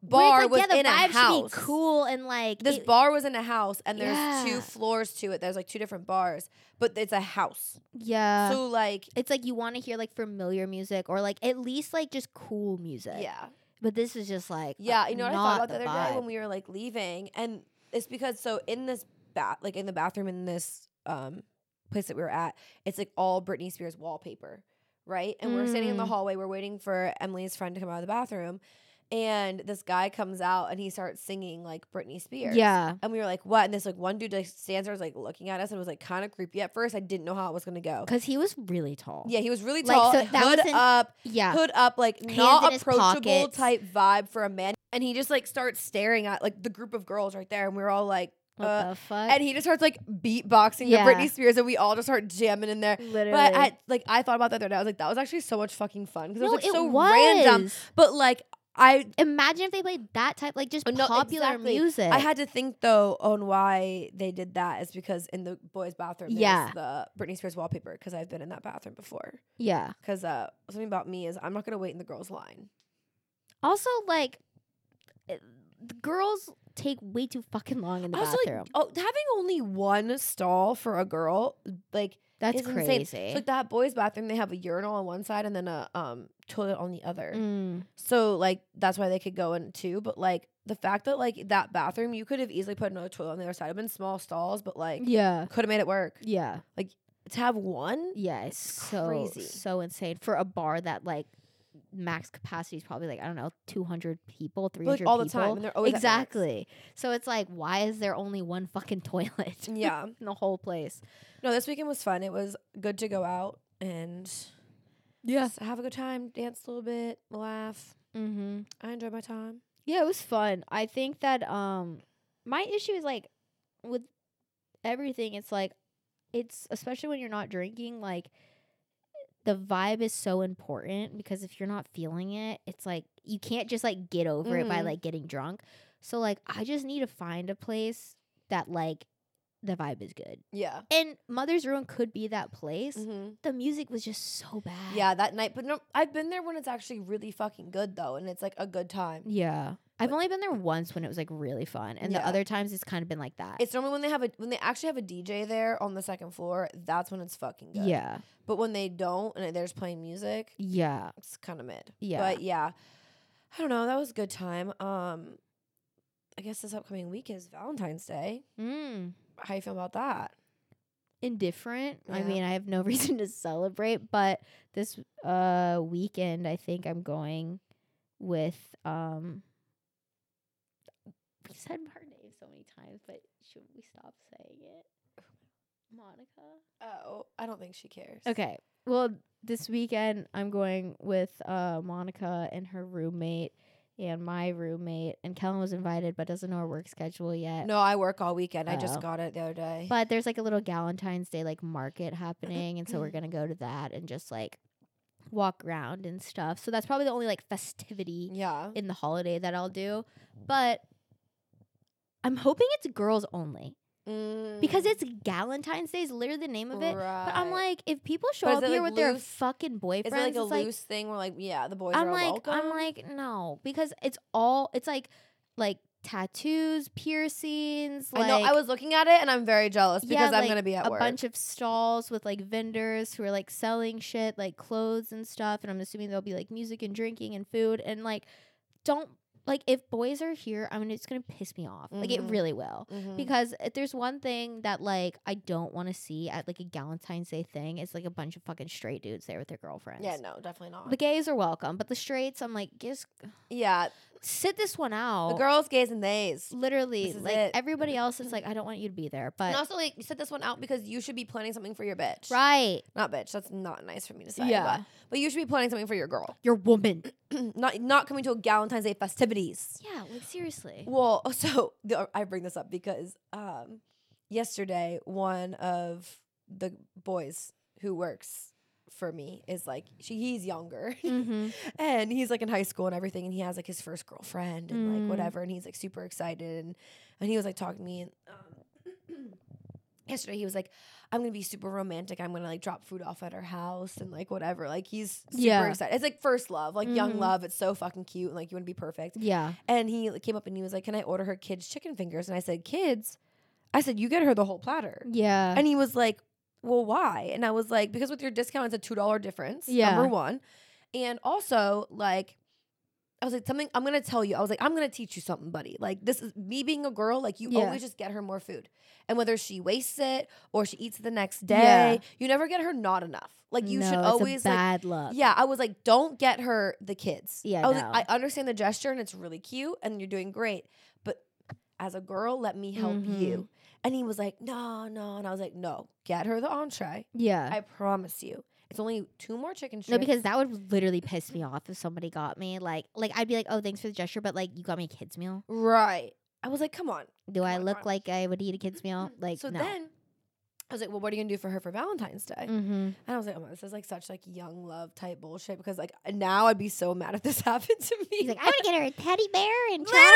S1: Where it's
S3: bar
S1: like,
S3: was
S1: yeah, the
S3: in a
S1: vibe
S3: house.
S1: should be cool and like
S3: This
S1: it-
S3: bar was in a house, and there's two
S1: Yeah.
S3: floors to it. There's like two different bars, but it's a house.
S1: yeah,
S3: so like,
S1: it's like you want to hear like familiar music or like at least like just cool music.
S3: yeah,
S1: but this is just like
S3: yeah. You know what I thought
S1: not
S3: about the other day when we were like leaving, and it's because so in this bath, like in the bathroom in this um place that we were at, it's like all Britney Spears wallpaper, right? And we're standing in the
S1: Mm.
S3: hallway, we're waiting for Emily's friend to come out of the bathroom. And this guy comes out and he starts singing like Britney
S1: vibe.
S3: Spears.
S1: yeah,
S3: And we were like, what? And this like one dude like stands there, was like looking at us, and it was like kind of creepy at first. I didn't know how it was gonna go.
S1: because he was really tall.
S3: Yeah, he was really
S1: Like,
S3: tall,
S1: so that
S3: hood
S1: was in-
S3: up,
S1: yeah,
S3: hood up, like
S1: Hands in
S3: not
S1: his
S3: approachable
S1: pockets.
S3: type vibe for a man. And he just like starts staring at like the group of girls right there, and we were all like,
S1: What
S3: Uh,
S1: the fuck?
S3: and he just starts like beatboxing
S1: Yeah.
S3: to Britney Spears, and we all just start jamming in there.
S1: Literally.
S3: But I like I thought about that the other day. I was like, that was actually so much fucking fun because
S1: no,
S3: it was like
S1: it
S3: so
S1: was.
S3: random. But like I
S1: Imagine if they played that type, like just
S3: Uh, no,
S1: popular
S3: exactly.
S1: music.
S3: I had to think though on why they did that is because in the boys' bathroom
S1: Yeah.
S3: there's the Britney Spears wallpaper because I've been in that bathroom before.
S1: yeah.
S3: Because uh, something about me is I'm not gonna wait in the girls' line.
S1: Also, like, uh, the girls take way too fucking long in the
S3: also,
S1: bathroom.
S3: like, oh, having only one stall for a girl, like
S1: That's
S3: it's insane.
S1: crazy.
S3: So, like that boys' bathroom, they have a urinal on one side and then a um toilet on the other.
S1: Mm.
S3: So like that's why they could go in too. But like the fact that like that bathroom, you could have easily put another toilet on the other side. I've been small stalls, but like
S1: Yeah.
S3: could have made it work.
S1: Yeah.
S3: To have one,
S1: Yeah. It's so
S3: crazy.
S1: so insane for a bar that like max capacity is probably like I don't know two hundred people, three
S3: but, like
S1: hundred
S3: all the
S1: people.
S3: time, and they're always at max.
S1: exactly. So it's like, why is there only one fucking toilet?
S3: Yeah.
S1: in the whole place.
S3: No, this weekend was fun. It was good to go out and
S1: Yeah.
S3: just have a good time, dance a little bit, laugh.
S1: Mm-hmm.
S3: I enjoyed my time.
S1: Yeah, it was fun. I think that um my issue is like with everything it's like it's especially when you're not drinking like the vibe is so important because if you're not feeling it, it's like you can't just like get over it by
S3: Mhm.
S1: like getting drunk. So like I just need to find a place that like the vibe is good.
S3: Yeah.
S1: And Mother's Ruin could be that place.
S3: hmm
S1: The music was just so bad.
S3: Yeah, that night. But no, I've been there when it's actually really fucking good though, and it's like a good time.
S1: Yeah. I've only been there once when it was like really fun. And the
S3: Yeah.
S1: other times it's kind of been like that.
S3: It's normally when they have a when they actually have a DJ there on the second floor. That's when it's fucking good.
S1: Yeah.
S3: But when they don't and they're just playing music,
S1: Yeah.
S3: it's kind of mid.
S1: Yeah.
S3: But yeah, I don't know. That was a good time. Um, I guess this upcoming week is Valentine's Day.
S1: Mm.
S3: How you feel about that?
S1: Indifferent. I
S3: Yeah.
S1: mean, I have no reason to celebrate, but this uh weekend I think I'm going with um we said her name so many times, but should we stop saying it? Monica.
S3: Oh, I don't think she cares.
S1: Okay. Well, this weekend I'm going with uh, Monica and her roommate and my roommate. And Kellen was invited, but doesn't know her work schedule yet.
S3: No, I work all weekend. I
S1: Oh.
S3: just got it the other day.
S1: But there's like a little Galentine's Day like market happening, and so
S3: Mm-hmm.
S1: we're gonna go to that and just like walk around and stuff. So that's probably the only like festivity
S3: yeah.
S1: in the holiday that I'll do. But I'm hoping it's girls only because
S3: Mm.
S1: it's Galentine's Day is literally the name of it. But I'm like, if people show
S3: But is
S1: up
S3: it,
S1: here
S3: like,
S1: with their
S3: loose?
S1: fucking boyfriends,
S3: is it like a
S1: it's like
S3: loose thing where like yeah, the boys
S1: I'm
S3: are
S1: like,
S3: welcome.
S1: I'm like, no, because it's all it's like, like tattoos, piercings, like
S3: I know. I was looking at it and I'm very jealous
S1: Yeah,
S3: because I'm
S1: like,
S3: gonna be at
S1: a
S3: work.
S1: bunch of stalls with like vendors who are like selling shit, like clothes and stuff. And I'm assuming there'll be like music and drinking and food and like, don't like if boys are here, I mean, it's gonna piss me off. Like it
S3: Mhm.
S1: really will.
S3: Mhm.
S1: Because if there's one thing that like I don't want to see at like a Valentine's Day thing, it's like a bunch of fucking straight dudes there with their girlfriends.
S3: yeah, no, definitely not.
S1: The gays are welcome, but the straights, I'm like, just
S3: yeah,
S1: sit this one out.
S3: the girls, gays, and theys.
S1: literally,
S3: This is
S1: like
S3: it.
S1: everybody else is like, I don't want you to be there, but
S3: and also, like, you set this one out because you should be planning something for your bitch.
S1: right,
S3: Not bitch. That's not nice for me to say.
S1: Yeah.
S3: But, but you should be planning something for your girl.
S1: your woman.
S3: not not coming to a Valentine's Day festivities.
S1: yeah, like seriously.
S3: Well, so the, I bring this up because um, yesterday one of the boys who works for me is like she he's younger
S1: hmm
S3: and he's like in high school and everything and he has like his first girlfriend and
S1: Mm.
S3: like whatever and he's like super excited and and he was like talking to me and um, yesterday he was like i'm gonna be super romantic i'm gonna like drop food off at her house and like whatever like he's super
S1: Yeah.
S3: excited it's like first love like
S1: Mhm.
S3: young love it's so fucking cute and like you want to be perfect
S1: Yeah.
S3: and he like, came up and he was like can i order her kids chicken fingers and i said kids i said you get her the whole platter
S1: Yeah.
S3: and he was like, Well, why? And I was like, Because with your discount, it's a two dollar difference.
S1: Yeah.
S3: Number one. And also, like, I was like, something I'm gonna tell you. I was like, I'm gonna teach you something, buddy. Like, this is me being a girl, like you
S1: Yeah.
S3: always just get her more food. And whether she wastes it or she eats it the next
S1: Yeah.
S3: day, you never get her not enough. Like you
S1: No,
S3: should
S1: it's a
S3: always like
S1: bad luck.
S3: yeah, I was like, don't get her the kids.
S1: Yeah,
S3: I was
S1: no.
S3: like, I understand the gesture and it's really cute and you're doing great, but as a girl, let me help
S1: Mm-hmm.
S3: you. And he was like, no, no, and I was like, no, get her the entree.
S1: Yeah.
S3: I promise you, it's only two more chicken strips.
S1: no, because that would literally piss me off if somebody got me like like I'd be like, oh, thanks for the gesture, but like you got me a kids meal.
S3: right. I was like, come on.
S1: Do I
S3: on,
S1: look
S3: Ron.
S1: like I would eat a kid's meal? Like
S3: so
S1: no.
S3: then I was like, well, what are you gonna do for her for Valentine's Day?
S1: mm-hmm.
S3: And I was like, oh my, this is like such like young love type bullshit because like now I'd be so mad if this happened to me.
S1: He's like, I want to get her a teddy bear and
S3: Literally,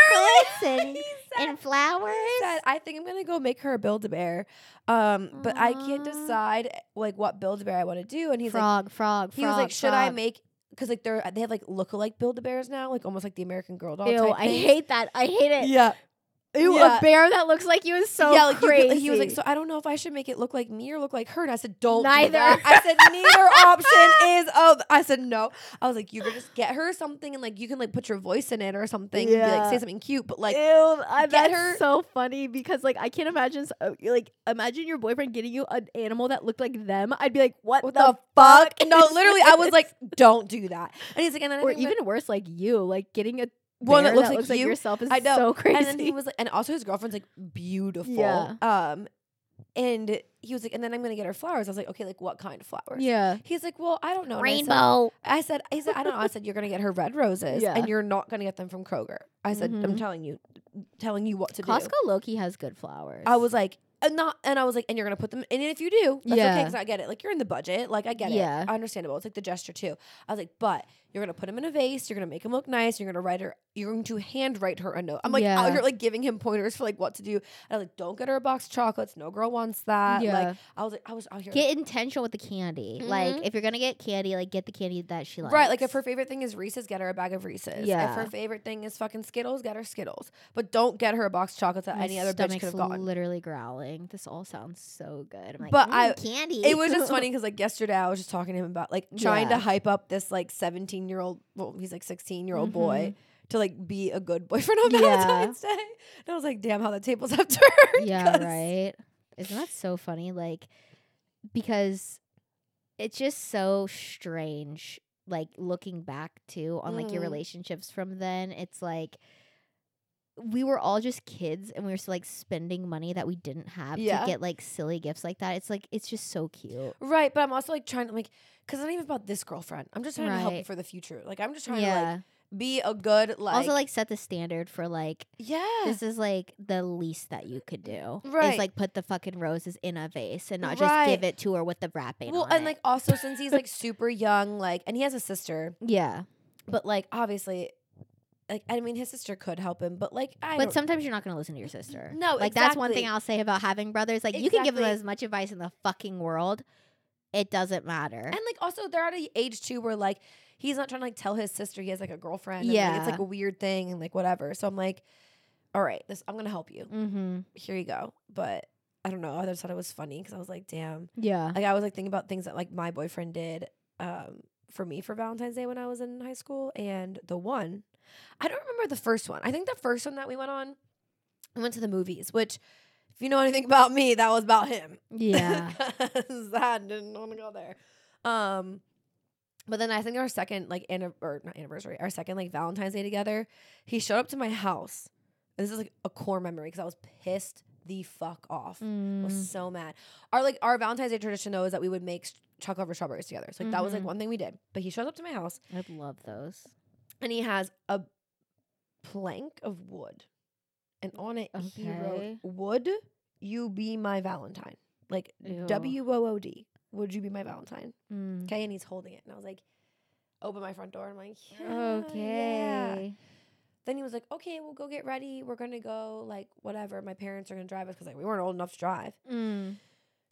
S1: chocolates and,
S3: he
S1: and flowers.
S3: said, I think I'm gonna go make her a build a bear, um, but I can't
S1: Aw.
S3: decide like what build a bear I want to do. And he's like,
S1: frog, frog, frog.
S3: he was like, should I
S1: frog."
S3: make? Because like they're they have like lookalike build a bears now, like almost like the American Girl doll.
S1: Ew,
S3: type
S1: I
S3: thing.
S1: hate that. I hate it.
S3: Yeah.
S1: Ew,
S3: yeah.
S1: a bear that looks like you is so
S3: yeah, like you could-
S1: crazy.
S3: like, he was like, so I don't know if I should make it look like me or look like her. And I said, don't. do
S1: Neither.
S3: that." I said neither option is. Oh, I said no. I was like, you could just get her something and like you can like put your voice in it or something. and be,
S1: Yeah.
S3: like say something cute, but like
S1: Ew, I,
S3: get
S1: that's
S3: her-
S1: so funny because like I can't imagine s- uh, like imagine your boyfriend getting you an animal that looked like them. I'd be like, what,
S3: what
S1: the,
S3: the, fuck?
S1: fuck
S3: No,
S1: is
S3: literally, I was
S1: this?
S3: like, don't do that. And he's like, and then I
S1: or
S3: think
S1: even worse, like you, like getting a
S3: one
S1: bear
S3: that looks, like,
S1: like
S3: you.
S1: yourself is
S3: I know.
S1: so crazy.
S3: and then he was like, and also his girlfriend's like beautiful.
S1: Yeah.
S3: Um, and he was like, and then I'm gonna get her flowers. I was like, okay, like what kind of flowers?
S1: yeah,
S3: He's like, well, I don't know. And I said-
S1: rainbow.
S3: I said, I said, I don't know. I said, you're gonna get her red roses,
S1: Yeah.
S3: and you're not gonna get them from Kroger. I said,
S1: Mhm.
S3: I'm telling you, telling you what to
S1: Costco
S3: do.
S1: Loki has good flowers.
S3: I was like, and not, and I was like, and you're gonna put them. And if you do, that's okay,
S1: Yeah.
S3: because I get it. Like you're in the budget. Like I get
S1: Yeah.
S3: it. Understandable. It's like the gesture too. I was like, but you're gonna put them in a vase. You're gonna make them look nice. You're gonna write her. You're going to hand write her a note. I'm like,
S1: Yeah.
S3: out here like giving him pointers for like what to do. And I was like, don't get her a box of chocolates. No girl wants that.
S1: Yeah.
S3: Like I was like, I was out here.
S1: uh, get intentional with the candy. Like
S3: Mhm.
S1: if you're gonna get candy, like get the candy that she likes.
S3: Right, like if her favorite thing is Reese's, get her a bag of Reese's. If
S1: Yeah.
S3: her favorite thing is fucking Skittles, get her Skittles. But don't get her a box of chocolates that
S1: My
S3: any other bitch
S1: stomach's
S3: could have gotten.
S1: Literally growling. This all sounds so good. I'm like,
S3: But
S1: "Mm,
S3: I-
S1: candy.
S3: it was just funny because like yesterday I was just talking to him about like trying
S1: Yeah.
S3: to hype up this like 17 year old, well he's like 16 year old boy to like be a good boyfriend on
S1: Mm-hmm. Yeah.
S3: Valentine's Day. And I was like, damn, how the tables have turned.
S1: yeah,
S3: 'cause-
S1: right. Isn't that so funny? Like because it's just so strange. Like looking back too on like your
S3: Mm.
S1: relationships from then, it's like we were all just kids and we were still, like spending money that we didn't have
S3: Yeah.
S1: to get like silly gifts like that. It's like it's just so cute.
S3: Right, but I'm also like trying to like, cause it's not even about this girlfriend. I'm just trying to help
S1: Right.
S3: for the future. Like I'm just trying to
S1: yeah.
S3: like be a good like.
S1: also like set the standard for like
S3: yeah,
S1: this is like the least that you could do. Is
S3: Right.
S1: like put the fucking roses in a vase and not
S3: Right.
S1: just give it to her with the wrapping.
S3: Well,
S1: on
S3: and
S1: it.
S3: like also since he's like super young, like, and he has a sister,
S1: yeah,
S3: but like obviously, like I mean, his sister could help him, but like I
S1: but
S3: don't-
S1: sometimes you're not gonna listen to your sister.
S3: No,
S1: like that's one thing
S3: exactly.
S1: I'll say about having brothers. Like you can give them
S3: Exactly.
S1: as much advice in the fucking world. It doesn't matter.
S3: and like also they're at an age too where like he's not trying to like tell his sister he has like a girlfriend. and, like,
S1: Yeah.
S3: it's like a weird thing and like whatever. So I'm like, all right, this I'm gonna help you.
S1: mm-hmm.
S3: Here you go. But I don't know. I just thought it was funny because I was like, damn.
S1: Yeah.
S3: Like I was like thinking about things that like my boyfriend did um, for me for Valentine's Day when I was in high school, and the one I don't remember the first one. I think the first one that we went on, we went to the movies. Which, if you know anything about me, that was about him.
S1: Yeah.
S3: 'Cause I didn't want to go there. Um, but then I think our second like anni- or not anniversary, our second like Valentine's Day together, he showed up to my house. And this is like a core memory because I was pissed the fuck off
S1: Mm.
S3: was so mad. Our like our Valentine's Day tradition though is that we would make s- chocolate over strawberries together. So like that was like
S1: Mhm.
S3: one thing we did. But he shows up to my house
S1: I'd love those.
S3: and he has a plank of wood, and on it he wrote,
S1: Okay.
S3: "Would you be my Valentine?" Like
S1: Ew.
S3: W O O D. Would you be my Valentine?
S1: Mm.
S3: Okay, and he's holding it, and I was like, open my front door. and I'm like, okay.
S1: Okay.
S3: Then he was like, okay, we'll go get ready. We're gonna go like whatever. My parents are gonna drive us because like we weren't old enough to drive.
S1: Mm.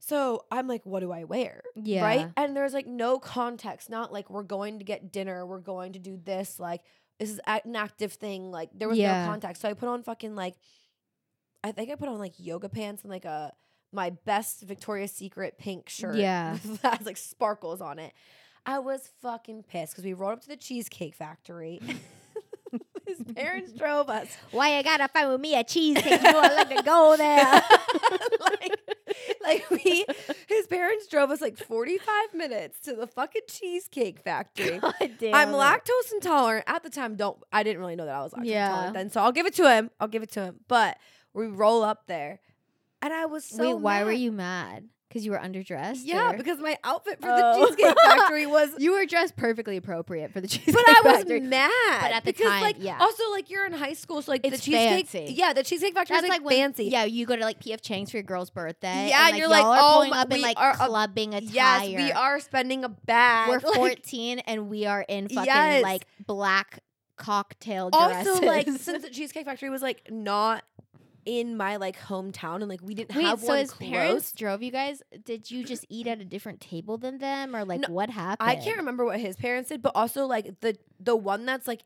S3: So I'm like, what do I wear?
S1: Yeah.
S3: Right? And there's like no context, not like we're going to get dinner, we're going to do this, like this is a- an active thing. Like there was
S1: Yeah.
S3: no context. So I put on fucking like, I think I put on like yoga pants and like a my best Victoria's Secret pink shirt.
S1: Yeah.
S3: that has like sparkles on it. I was fucking pissed because we rolled up to the Cheesecake Factory. His parents drove us.
S1: Why you gotta find with me a cheesecake? You know I like to go there.
S3: like, like we, his parents drove us like 45 minutes to the fucking cheesecake factory.
S1: God damn
S3: I'm
S1: it.
S3: lactose intolerant at the time. Don't I didn't really know that I was lactose
S1: Yeah.
S3: intolerant then, so I'll give it to him. I'll give it to him. But we roll up there, and I was so
S1: Wait, why were
S3: mad.
S1: you mad? because you were underdressed.
S3: Yeah,
S1: or-
S3: because my outfit for
S1: Oh.
S3: the Cheesecake Factory was
S1: you were dressed perfectly appropriate for the cheesecake.
S3: But I was
S1: Factory.
S3: mad.
S1: But at the
S3: because,
S1: time,
S3: like,
S1: yeah.
S3: also like you're in high school, so like the
S1: It's
S3: cheesecake,
S1: fancy.
S3: yeah, the cheesecake factory is like,
S1: when-
S3: fancy.
S1: Yeah, you go to like P.F. Chang's for your girl's birthday.
S3: Yeah,
S1: and,
S3: you're
S1: y'all
S3: like,
S1: are
S3: oh
S1: pulling
S3: my-
S1: up in
S3: we
S1: like
S3: are a-
S1: clubbing attire.
S3: yes, we are spending a bag.
S1: We're
S3: like,
S1: 14 and we are in fucking
S3: Yes.
S1: like black cocktail dresses.
S3: also like since the cheesecake factory was like not in my like hometown and like we didn't
S1: Wait,
S3: have
S1: so
S3: one
S1: his
S3: close.
S1: parents drove you guys? Did you just eat at a different table than them, or like
S3: No,
S1: what happened?
S3: I can't remember what his parents did, but also like the the one that's like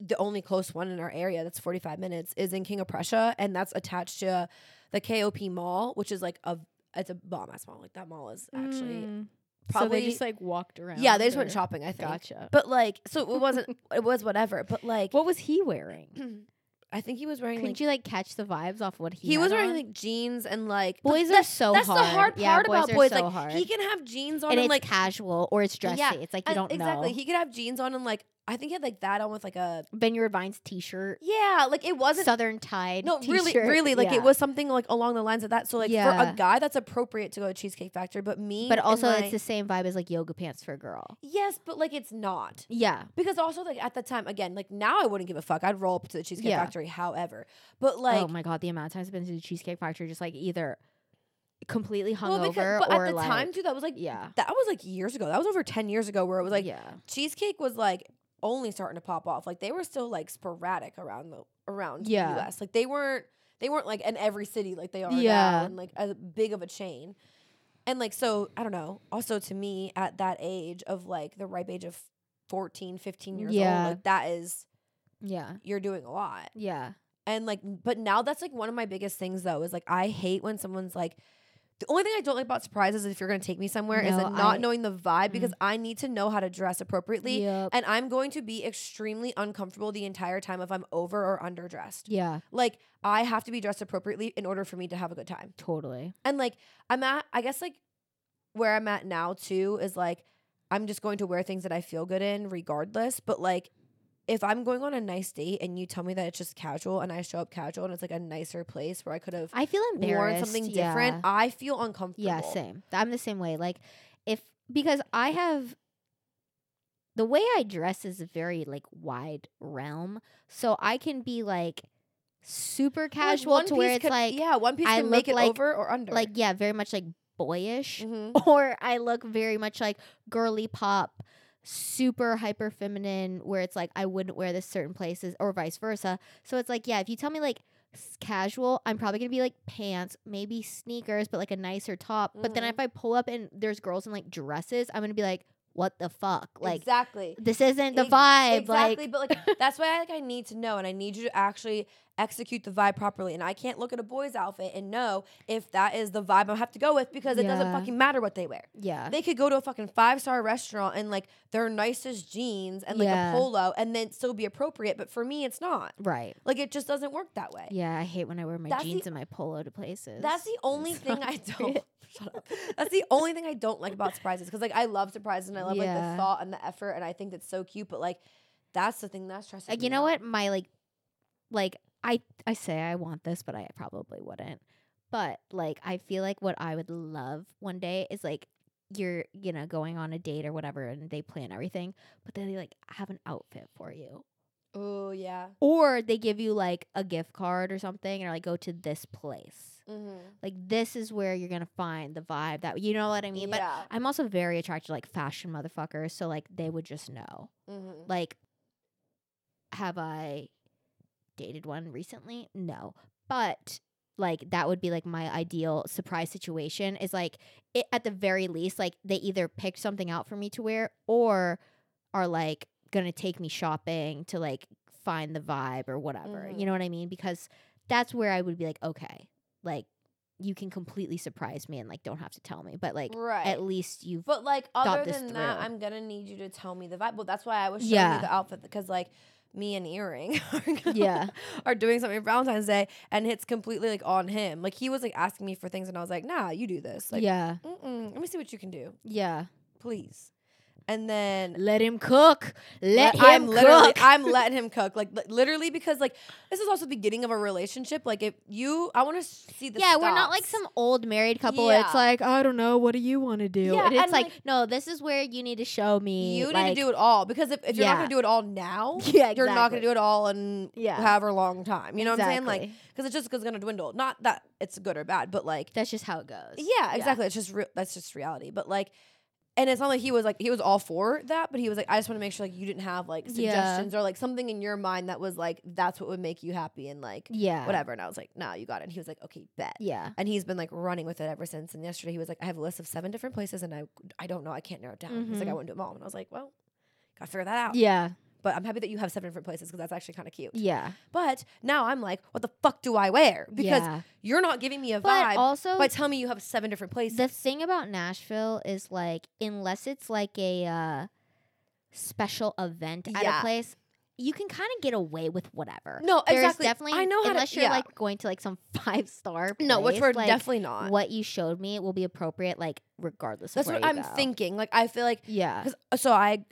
S3: the only close one in our area that's 45 minutes is in King of Prussia, and that's attached to the KOP Mall, which is like a it's a bomb ass mall. Like that mall is actually
S1: Mm.
S3: probably
S1: like walked around.
S3: yeah. They just went shopping. I think.
S1: Mm, Gotcha.
S3: But like, so it wasn't. it was whatever. But like,
S1: What was he wearing?
S3: I think he was wearing
S1: Couldn't
S3: like
S1: you like catch the vibes off what he
S3: he was
S1: had
S3: wearing
S1: on?
S3: like jeans and like but
S1: boys are
S3: that's-
S1: so
S3: that's
S1: hard.
S3: the hard
S1: yeah,
S3: part
S1: boys
S3: about
S1: are
S3: boys.
S1: so
S3: like
S1: hard.
S3: he can have jeans on
S1: and
S3: and,
S1: it's
S3: like
S1: casual or it's dressy. It's like you
S3: uh,
S1: don't
S3: exactly.
S1: know.
S3: He could have jeans on and like I think he had like that on with like a
S1: Vineyard Vines t-shirt,
S3: yeah, like it wasn't
S1: Southern Tide.
S3: no really
S1: t-shirt.
S3: really like
S1: Yeah.
S3: it was something like along the lines of that. So like for
S1: Yeah.
S3: a guy that's appropriate to go to Cheesecake Factory, but me,
S1: But
S3: and
S1: also,
S3: my-
S1: it's the same vibe as like yoga pants for a girl. Oh
S3: yes, but like it's not.
S1: Yeah,
S3: Because also like at the time again like now I wouldn't give a fuck I'd roll up to the Cheesecake
S1: Yeah.
S3: Factory however but like
S1: oh my god, the amount of times I've been to the Cheesecake Factory, just like either completely hungover
S3: well because but
S1: or
S3: at the
S1: like
S3: time too that was like
S1: yeah,
S3: that was like years ago that was over ten years ago where it was like
S1: yeah,
S3: cheesecake was like only starting to pop off. Like they were still like sporadic around the around
S1: Yeah.
S3: the US. Like they weren't they weren't like in every city like they are
S1: Yeah.
S3: now and like a big of a chain. And like so I don't know. Also to me at that age of like the ripe age of 14, 15 years
S1: Yeah.
S3: old, like that is
S1: yeah,
S3: you're doing a lot.
S1: yeah.
S3: And like but now that's like one of my biggest things though is like I hate when someone's like the only thing I don't like about surprises if you're going to take me somewhere is
S1: No,
S3: like not
S1: I-
S3: knowing the vibe
S1: Mm.
S3: because I need to know how to dress appropriately
S1: Yep.
S3: and I'm going to be extremely uncomfortable the entire time if I'm over or underdressed.
S1: Yeah,
S3: Like I have to be dressed appropriately in order for me to have a good time.
S1: totally.
S3: And like I'm at I guess like where I'm at now too is like I'm just going to wear things that I feel good in regardless, but like if I'm going on a nice date and you tell me that it's just casual and I show up casual and it's like a nicer place where I could have
S1: I feel embarrassed.
S3: worn something
S1: yeah.
S3: different, I feel uncomfortable.
S1: Yeah, same. I'm the same way. Like if because I have the way I dress is a very like wide realm, so I can be like super
S3: Like,
S1: casual
S3: one
S1: to where
S3: piece
S1: it's
S3: could-
S1: like
S3: yeah, one piece
S1: I
S3: can make
S1: look
S3: it
S1: like-
S3: over or under.
S1: like yeah, very much like boyish
S3: Mhm.
S1: or I look very much like girly pop, super hyper feminine, where it's like I wouldn't wear this certain places, or vice versa. So it's like, yeah, if you tell me like s- casual, I'm probably gonna be like pants, maybe sneakers, but like a nicer top. But then
S3: Mhm.
S1: if I pull up and there's girls in like dresses, I'm gonna be like, what the fuck? Like
S3: exactly.
S1: this isn't the
S3: Ex-
S1: vibe.
S3: Exactly,
S1: Like
S3: but like that's why I like I need to know, and I need you to actually execute the vibe properly. And I can't look at a boy's outfit and know if that is the vibe I have to go with because it doesn't
S1: Yeah.
S3: fucking matter what they wear.
S1: yeah,
S3: They could go to a fucking five star restaurant and like their nicest jeans and like
S1: Yeah.
S3: a polo, and then still be appropriate. But for me, it's not.
S1: right.
S3: Like it just doesn't work that way.
S1: Yeah, I hate when I wear my
S3: That's the-
S1: jeans and my polo to places.
S3: That's the only
S1: It's
S3: thing
S1: not
S3: I don't.
S1: appropriate.
S3: Shut up. That's the only thing I don't like about surprises because like I love surprises and I love like
S1: Yeah.
S3: the thought and the effort and I think that's so cute. But like, that's the thing that's stressing.
S1: Like, you
S3: me
S1: know what?
S3: out.
S1: My like, like I I say I want this, but I probably wouldn't. But like, I feel like what I would love one day is like you're you know going on a date or whatever, and they plan everything, but then they like have an outfit for you,
S3: Oh yeah.
S1: or they give you like a gift card or something, and are like go to this place.
S3: Mm-hmm.
S1: Like this is where you're gonna find the vibe that you know what I mean. But
S3: yeah.
S1: I'm also very attracted to like fashion motherfuckers, so like they would just know
S3: mm-hmm.
S1: like have i dated one recently no but like that would be like my ideal surprise situation is like it, at the very least like they either pick something out for me to wear or are like gonna take me shopping to like find the vibe or whatever
S3: Mhm.
S1: you know what i mean because that's where i would be like okay like you can completely surprise me and like don't have to tell me but like
S3: right.
S1: at least you've
S3: but like
S1: thought
S3: other
S1: this
S3: than that,
S1: through.
S3: I'm gonna need you to tell me the vibe. Well, that's why I was showing
S1: Yeah.
S3: you the outfit because like me and earring are gonna-
S1: Yeah.
S3: are doing something for Valentine's Day and it's completely like on him. Like he was like asking me for things and I was like, nah, you do this. Like
S1: yeah
S3: Mm-mm, let me see what you can do,
S1: yeah
S3: please. And then
S1: Let him cook. Let
S3: Let-
S1: him
S3: I'm literally
S1: cook.
S3: I'm letting him cook. Like li- literally because like this is also the beginning of a relationship. Like if you I want to see the
S1: yeah, we're not like
S3: stops.
S1: some old married couple. It's
S3: Yeah.
S1: like I don't know. What do you want to do?
S3: Yeah,
S1: and it's
S3: and,
S1: like,
S3: like,
S1: no, this is where you need to show me.
S3: you need
S1: like-
S3: to do it all because if, if you're not
S1: Yeah.
S3: gonna do it all now,
S1: Yeah,
S3: you're not gonna
S1: exactly.
S3: do it all in
S1: Yeah.
S3: however long time. You know what I'm saying? Like
S1: Exactly.
S3: because it's just it's gonna dwindle. Not that it's good or bad, but like
S1: That's just how it goes.
S3: yeah, exactly. It's just real that's just reality. But like. And it's not like he was like he was all for that, but he was like, I just want to make sure like you didn't have like
S1: Yeah.
S3: suggestions or like something in your mind that was like that's what would make you happy and like
S1: Yeah.
S3: whatever. And I was like, nah, you got it. And he was like, okay, bet.
S1: Yeah.
S3: And he's been like running with it ever since. And yesterday he was like, I have a list of seven different places and I I don't know. I can't narrow it down. He's like, I
S1: Mhm.
S3: wouldn't do it all. And I was like, well, gotta figure that out.
S1: Yeah.
S3: But I'm happy that you have seven different places because that's actually kind of cute.
S1: Yeah.
S3: But now I'm like, what the fuck do I wear? Because
S1: Yeah.
S3: you're not giving me a
S1: But
S3: vibe.
S1: also,
S3: but tell me you have seven different places.
S1: the thing about Nashville is like, unless it's like a uh, special event at
S3: Yeah.
S1: a place, you can kind of get away with whatever.
S3: no,
S1: There's
S3: exactly.
S1: definitely.
S3: I know how
S1: unless
S3: to,
S1: you're
S3: yeah.
S1: like going to like some five star.
S3: no, which we're definitely not.
S1: What you showed me will be appropriate, like regardless.
S3: That's
S1: of where
S3: what
S1: you
S3: I'm
S1: go.
S3: thinking. Like I feel like
S1: Yeah.
S3: Because uh, so I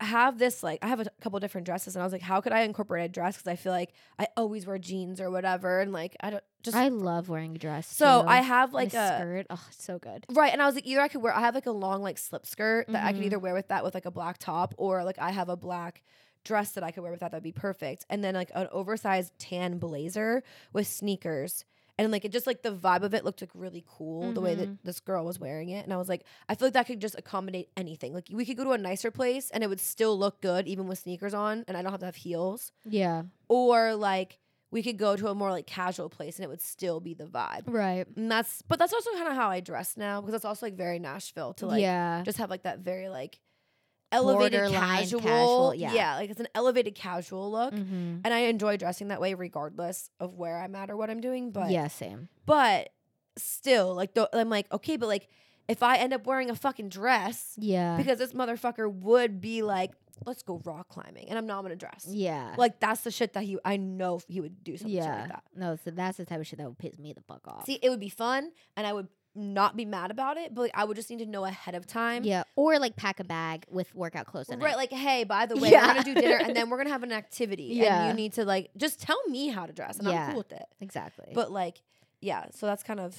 S3: have this like I have a t- couple different dresses, and I was like, how could I incorporate a dress? Because I feel like I always wear jeans or whatever, and like I don't just.
S1: I love wearing a dress.
S3: so
S1: too,
S3: I have
S1: and
S3: like
S1: a
S3: a.
S1: skirt. Oh, it's so good.
S3: Right, and I was like, either I could wear, I have like a long like slip skirt that I could
S1: Mhm.
S3: either wear with that with like a black top, or like I have a black dress that I could wear with that. That'd be perfect. And then like an oversized tan blazer with sneakers, and like it just like the vibe of it looked like really cool the way that
S1: Mhm.
S3: this girl was wearing it. And I was like, I feel like that could just accommodate anything. Like we could go to a nicer place and it would still look good even with sneakers on, and I don't have to have heels.
S1: Yeah.
S3: Or like we could go to a more like casual place and it would still be the vibe.
S1: Right.
S3: And that's but that's also kind of how I dress now because that's also like very Nashville to like
S1: yeah.
S3: just have like that very like elevated
S1: Borderline
S3: casual,
S1: casual, yeah.
S3: like it's an elevated casual look.
S1: Mhm.
S3: And I enjoy dressing that way regardless of where I'm at or what I'm doing, but
S1: yeah. Same.
S3: but still like the, I'm like okay, but like if I end up wearing a fucking dress
S1: Yeah.
S3: because this motherfucker would be like let's go rock climbing and I'm not going to dress.
S1: yeah.
S3: Like that's the shit that he I know he would do something shit
S1: yeah.
S3: like that.
S1: No. So that's the type of shit that would piss me the fuck off.
S3: Uh, See, it would be fun, and I would not be mad about it, but like, I would just need to know ahead of time.
S1: Yeah. Or like pack a bag with workout clothes in it.
S3: Right, like, hey, by the way, we're gonna do dinner, and then we're gonna have an activity.
S1: Yeah.
S3: and you need to like just tell me how to dress, and I'm
S1: Yeah.
S3: cool with it.
S1: exactly.
S3: But like, yeah, so that's kind of,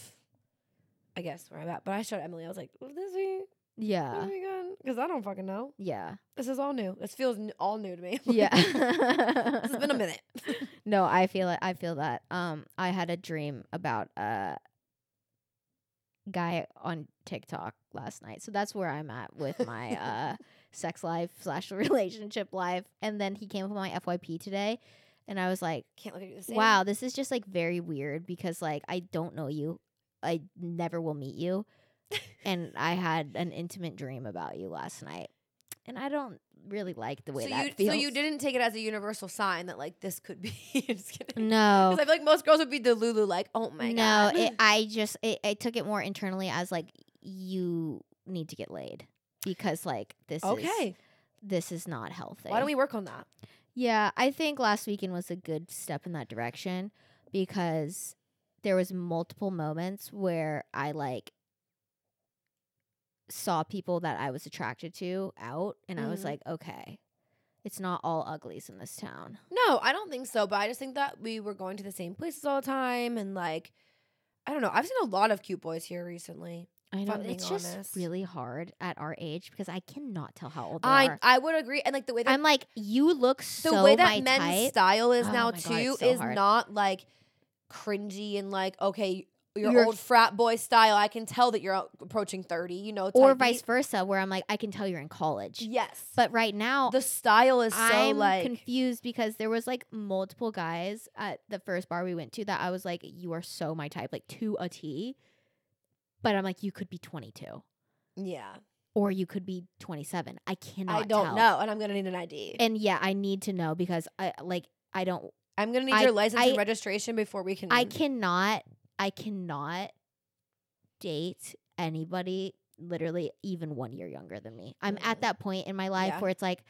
S3: I guess where I'm at. But I showed Emily, I was like, "Well, this week,
S1: yeah.
S3: this weekend, because I don't fucking know.
S1: Yeah.
S3: This is all new. This feels n- all new to me.
S1: Yeah.
S3: this has been a minute.
S1: No, I feel it. I feel that. Um, I had a dream about a guy on TikTok last night, so that's where I'm at with my uh sex life slash relationship life. And then he came up with my FYP today, and I was like,
S3: Can't look at you the same.
S1: "Wow, this is just like very weird because like I don't know you, I never will meet you, and I had an intimate dream about you last night, and I don't really like the way
S3: So
S1: that
S3: you,
S1: feels."
S3: so you didn't take it as a universal sign that like this could be. just kidding.
S1: No,
S3: Because I feel like most girls would be Delulu, like, oh my
S1: no,
S3: god.
S1: it, I just it, I took it more internally as like you need to get laid because like this is
S3: okay.
S1: this is not healthy.
S3: Why don't we work on that?
S1: Yeah, I think last weekend was a good step in that direction because there was multiple moments where I like saw people that I was attracted to out and I was
S3: Mhm.
S1: like, okay, it's not all uglies in this town.
S3: No, I don't think so. But I just think that we were going to the same places all the time, and like, I don't know. I've seen a lot of cute boys here recently.
S1: I
S3: If
S1: know
S3: I'm being
S1: it's just
S3: honest.
S1: really hard at our age because I cannot tell how old they are.
S3: I I would agree, and like the way that
S1: I'm like, you look
S3: the
S1: so
S3: way
S1: my
S3: that men's
S1: type.
S3: style is
S1: Oh
S3: now
S1: my God,
S3: too
S1: it's so
S3: is
S1: hard.
S3: not like cringy and like okay. Your
S1: You're-
S3: old frat boy style. I can tell that you're out- approaching thirty. You know,
S1: or
S3: type
S1: vice
S3: beat.
S1: versa, where I'm like, I can tell you're in college.
S3: Yes,
S1: But right now,
S3: the style is so
S1: I'm
S3: like
S1: confused because there was like multiple guys at the first bar we went to that I was like, you are so my type, like to a T. But I'm like, you could be 22
S3: yeah.
S1: or you could be 27. I cannot.
S3: I don't
S1: tell.
S3: know, and I'm gonna need an ID.
S1: And yeah, I need to know because I like I don't
S3: I'm gonna need
S1: I-
S3: your license
S1: I-
S3: and registration before we can.
S1: I cannot I cannot date anybody literally even one year younger than me. I'm
S3: Mhm.
S1: at that point in my life
S3: Yeah.
S1: where it's like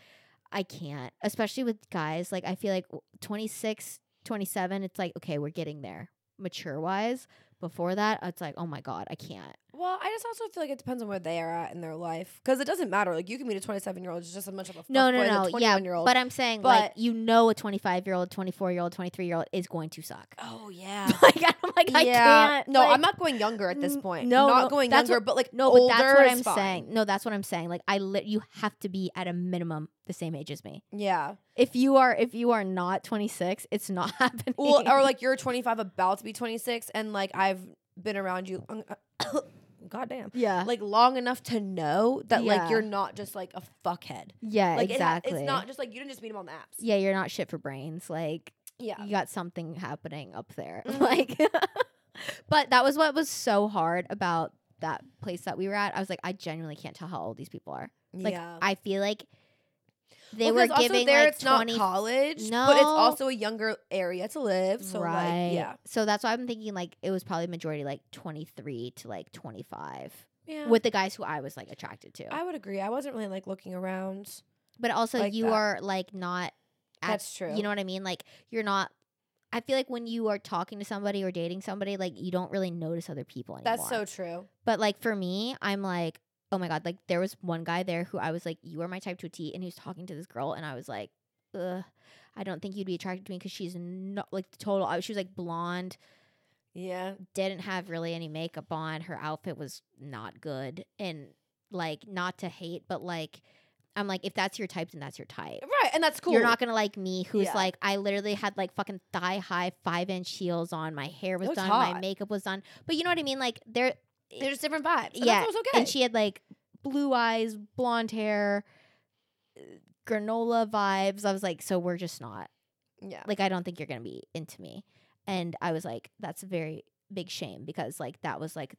S1: I can't, especially with guys. Like I feel like w- 26, 27, it's like okay, we're getting there mature wise, Before that, it's like, oh my god, I can't.
S3: Well, I just also feel like it depends on where they are at in their life because it doesn't matter. Like you can meet a 27 year old who's just as much of a
S1: No, no,
S3: fuckboy as a
S1: no. Yeah,
S3: 21 year old.
S1: but I'm saying like
S3: But-
S1: you know, a 25 year old, 24 year old, 23 year old is going to suck.
S3: oh yeah.
S1: like I'm like I can't.
S3: No,
S1: like-
S3: I'm not going younger at this
S1: n-
S3: point.
S1: no,
S3: No, not
S1: no,
S3: going
S1: that's
S3: younger,
S1: what-
S3: but like
S1: No,
S3: older
S1: but that's what
S3: is
S1: I'm
S3: fine.
S1: saying. No, that's what I'm saying. Like I lit, you have to be at a minimum the same age as me.
S3: Yeah.
S1: If you are, if you are not 26, it's not happening.
S3: Well, or like you're 25, about to be 26, and like I've been around you. long- God damn.
S1: yeah,
S3: Like long enough to know that
S1: Yeah.
S3: like you're not just like a fuckhead.
S1: yeah,
S3: Like it ha-
S1: exactly.
S3: it's not just like you didn't just meet him on the apps.
S1: yeah, you're not shit for brains. Like
S3: Yeah.
S1: you got something happening up there.
S3: Mhm.
S1: Like, but that was what was so hard about that place that we were at. I was like, I genuinely can't tell how old these people are. Like,
S3: yeah.
S1: I feel like they
S3: Well,
S1: were
S3: 'cause also
S1: giving
S3: there
S1: like
S3: it's
S1: twenty.
S3: not college, but it's
S1: No.
S3: also a younger area to live. So like yeah.
S1: So that's why I'm thinking like it was probably majority like 23 to like 25
S3: Yeah.
S1: with the guys who I was like attracted to.
S3: I would agree. I wasn't really like looking around.
S1: but also
S3: like
S1: you
S3: that.
S1: are like not at,
S3: That's true.
S1: You know what I mean? Like you're not I feel like when you are talking to somebody or dating somebody like you don't really notice other people anymore.
S3: That's so true.
S1: But like for me, I'm like, oh my god, like there was one guy there who I was like, you are my type to a T, and he was talking to this girl, and I was like, ugh, I don't think you'd be attracted to me because she's not like the total. I- She was like blonde,
S3: Yeah.
S1: didn't have really any makeup on. Her outfit was not good, and like not to hate, but like. I'm like, if that's your type, then that's your type.
S3: Right. And that's cool.
S1: You're not gonna like me, who's
S3: Yeah.
S1: like, I literally had like fucking thigh high five inch heels on. My hair was
S3: That's
S1: done, my
S3: hot.
S1: makeup was done. But you know what I mean? Like, there,
S3: They're just different vibes. and
S1: Yeah,
S3: That's what's okay.
S1: and she had like blue eyes, blonde hair, uh, granola vibes. I was like, so we're just not
S3: yeah.
S1: like I don't think you're gonna be into me. And I was like, that's a very big shame because like that was like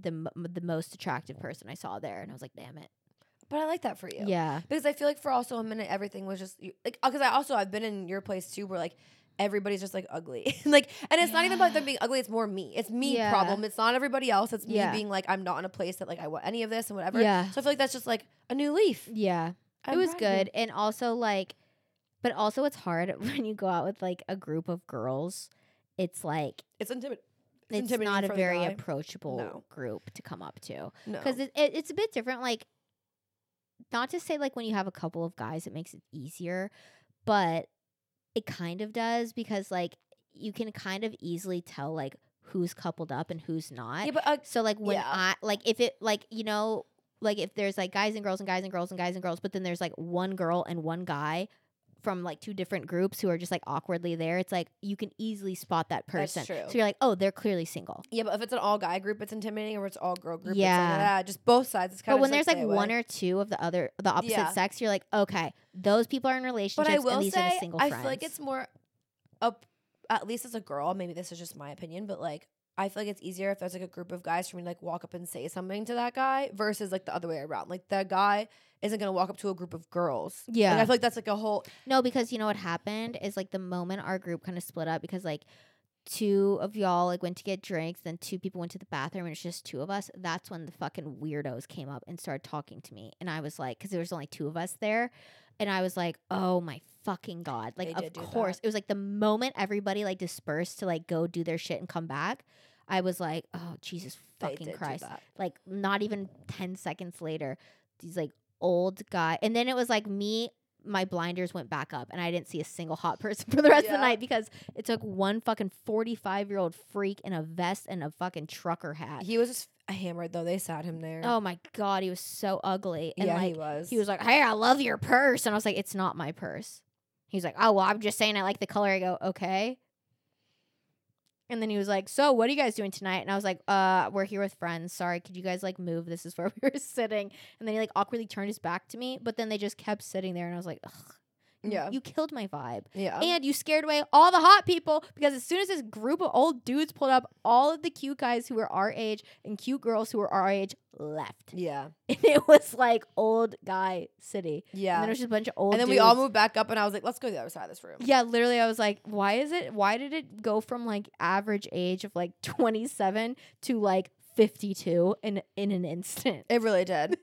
S1: the m- the most attractive person I saw there, and I was like, damn it.
S3: But I like that for you.
S1: Yeah,
S3: Because I feel like for also a minute everything was just you- like because I also I've been in your place too where like everybody's just like ugly like and it's not even about them
S1: Yeah.
S3: being ugly it's more me it's me
S1: Yeah.
S3: problem it's not everybody else it's
S1: Yeah.
S3: me being like I'm not in a place that like I want any of this and whatever
S1: yeah,
S3: so I feel like that's just like a new leaf
S1: yeah.
S3: I'm
S1: it was
S3: proud of
S1: good,
S3: you.
S1: and also like, but also it's hard when you go out with like a group of girls. It's like
S3: it's intimidating
S1: it's, not a very
S3: guy.
S1: approachable
S3: No.
S1: group to come up to.
S3: no
S1: because it, it, it's a bit different like not to say like when you have a couple of guys it makes it easier but it kind of does because like you can kind of easily tell like who's coupled up and who's not
S3: yeah but uh,
S1: so like when
S3: Yeah.
S1: i like if it like you know like if there's like guys and girls and guys and girls and guys and girls but then there's like one girl and one guy from like two different groups who are just like awkwardly there it's like you can easily spot that
S3: That's
S1: person
S3: true.
S1: so you're like oh they're clearly single
S3: yeah but if it's an all guy group it's intimidating or it's all girl group yeah it's
S1: Yeah.
S3: like, ah, just both sides it's kind
S1: but
S3: of
S1: when there's like one or two of the other the opposite
S3: Yeah.
S1: sex, you're like, okay, those people are in relationships
S3: But I will
S1: and these
S3: say,
S1: are the single
S3: I
S1: friends.
S3: feel like it's more up. At least as a girl, maybe this is just my opinion, but like I feel like it's easier if there's like a group of guys for me to like walk up and say something to that guy versus like the other way around. Like the guy isn't gonna walk up to a group of girls.
S1: Yeah.
S3: like, I feel like that's like a whole.
S1: no, because you know what happened is like the moment our group kind of split up because like two of y'all like went to get drinks, then two people went to the bathroom and it's just two of us. That's when the fucking weirdos came up and started talking to me, and I was like, because there was only two of us there, and I was like, oh my fucking god, like
S3: They
S1: of
S3: did do that.
S1: course it was like the moment everybody like dispersed to like go do their shit and come back. I was like, oh Jesus
S3: they
S1: fucking
S3: did do
S1: Christ.
S3: that.
S1: like not even 10 seconds later these like old guy and then it was like me my blinders went back up and i didn't see a single hot person for the rest of
S3: Yeah.
S1: the night because it took one fucking 45 year old freak in a vest and a fucking trucker hat
S3: He was just hammered though. They sat him there.
S1: oh my god he was so ugly and
S3: yeah,
S1: like
S3: he was.
S1: he was like hey i love your purse and i was like it's not my purse he's like oh well i'm just saying i like the color i go okay and then he was like so what are you guys doing tonight and i was like uh we're here with friends sorry could you guys like move this is where we were sitting and then he like awkwardly turned his back to me but then they just kept sitting there and i was like Ugh, you-
S3: Yeah.
S1: you killed my vibe
S3: yeah.
S1: and you scared away all the hot people because as soon as this group of old dudes pulled up all of the cute guys who were our age and cute girls who were our age left
S3: yeah,
S1: and it was like old guy city
S3: yeah.
S1: and then it was just a bunch of old.
S3: and then we all
S1: dudes.
S3: moved back up, and I was like, "Let's go to the other side of this room."
S1: Yeah, literally, I was like, why is it? Why did it go from like average age of like twenty seven to like fifty two in in an instant?
S3: It really did.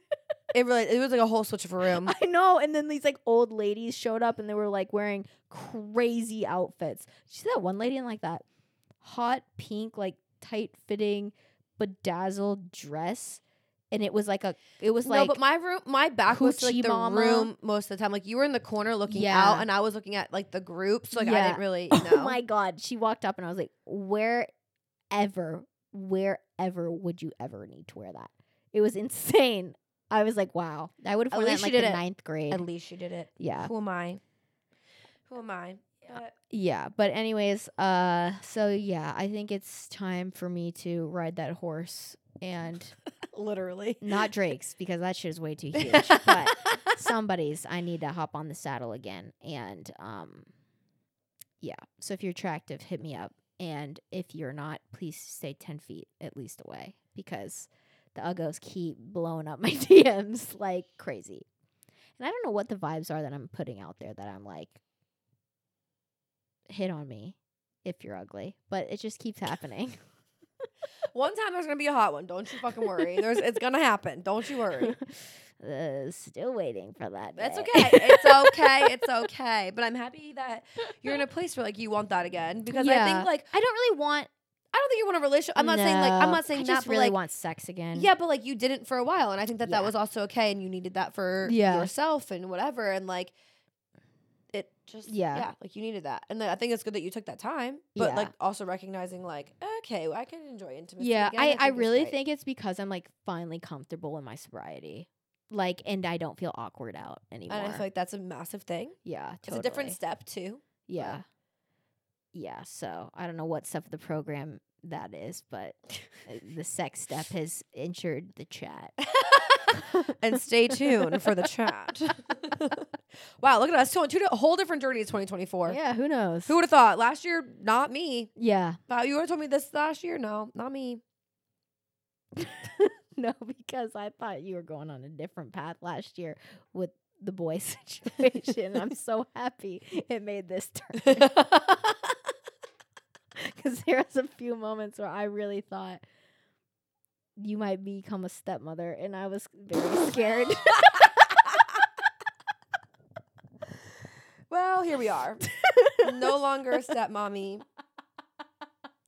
S3: it really. It was like a whole switch of a room.
S1: I know. And then these like old ladies showed up and they were like wearing crazy outfits. Did you see that one lady in like that hot pink like tight fitting, bedazzled dress, and it was like a it was
S3: no,
S1: like
S3: but my room, my back was to, like
S1: Hoochie
S3: the
S1: Mama.
S3: room most of the time. Like you were in the corner looking
S1: Yeah.
S3: out, and I was looking at like the group. So like I
S1: Yeah.
S3: didn't really know.
S1: oh my god, she walked up and I was like, wherever, wherever would you ever need to wear that? It was insane. I was like, wow, I would have
S3: At
S1: worn that in
S3: least
S1: like
S3: she
S1: the
S3: did it.
S1: ninth grade.
S3: At least you did it.
S1: yeah,
S3: Who am I? Who am I? Uh, But-
S1: yeah. But anyways, uh, so yeah, I think it's time for me to ride that horse and
S2: Literally.
S1: not Drake's because that shit is way too huge. but somebody's I need to hop on the saddle again. And um yeah. So if you're attractive, hit me up. And if you're not, please stay ten feet at least away because the uggos keep blowing up my DMs like crazy. And I don't know what the vibes are that I'm putting out there that I'm like hit on me if you're ugly. But it just keeps happening.
S3: One time there's gonna be a hot one. Don't you fucking worry. There's it's gonna happen. Don't you worry.
S1: uh, still waiting for that.
S3: That's
S1: day.
S3: okay. It's okay. It's okay. But I'm happy that you're in a place where like you want that again because I
S1: Yeah.
S3: think like
S1: I don't really want
S3: I don't think you want a relationship. I'm not saying like I'm
S1: No,
S3: not saying
S1: I
S3: that.
S1: just
S3: but,
S1: really
S3: like,
S1: want sex again.
S3: Yeah, but like you didn't for a while, and I think that that
S1: Yeah.
S3: was also okay, and you needed that for
S1: Yeah.
S3: yourself and whatever, and like it just
S1: Yeah.
S3: yeah, like you needed that, and like, I think it's good that you took that time, but
S1: Yeah.
S3: like also recognizing like okay, well, I can enjoy intimacy.
S1: yeah.
S3: again.
S1: I, I
S3: it's
S1: really
S3: great.
S1: think it's because I'm like finally comfortable in my sobriety, like, and I don't feel awkward out anymore.
S3: and I feel like that's a massive thing.
S1: yeah,
S3: It's a different
S1: totally.
S3: step too.
S1: Yeah, yeah. So I don't know what stuff of the program that is, but uh, the sex step has ensured the chat.
S3: and stay tuned for the chat. wow, look at us two, two di- whole different journeys. 2024.
S1: yeah, who knows?
S3: Who would have thought? Last year, not me.
S1: yeah,
S3: Wow, you would have told me this last year. No, not me.
S1: no, because I thought you were going on a different path last year with the boy situation. I'm so happy it made this turn. Because there was a few moments where I really thought you might become a stepmother, and I was very scared.
S3: Well, here we are. no longer a stepmommy.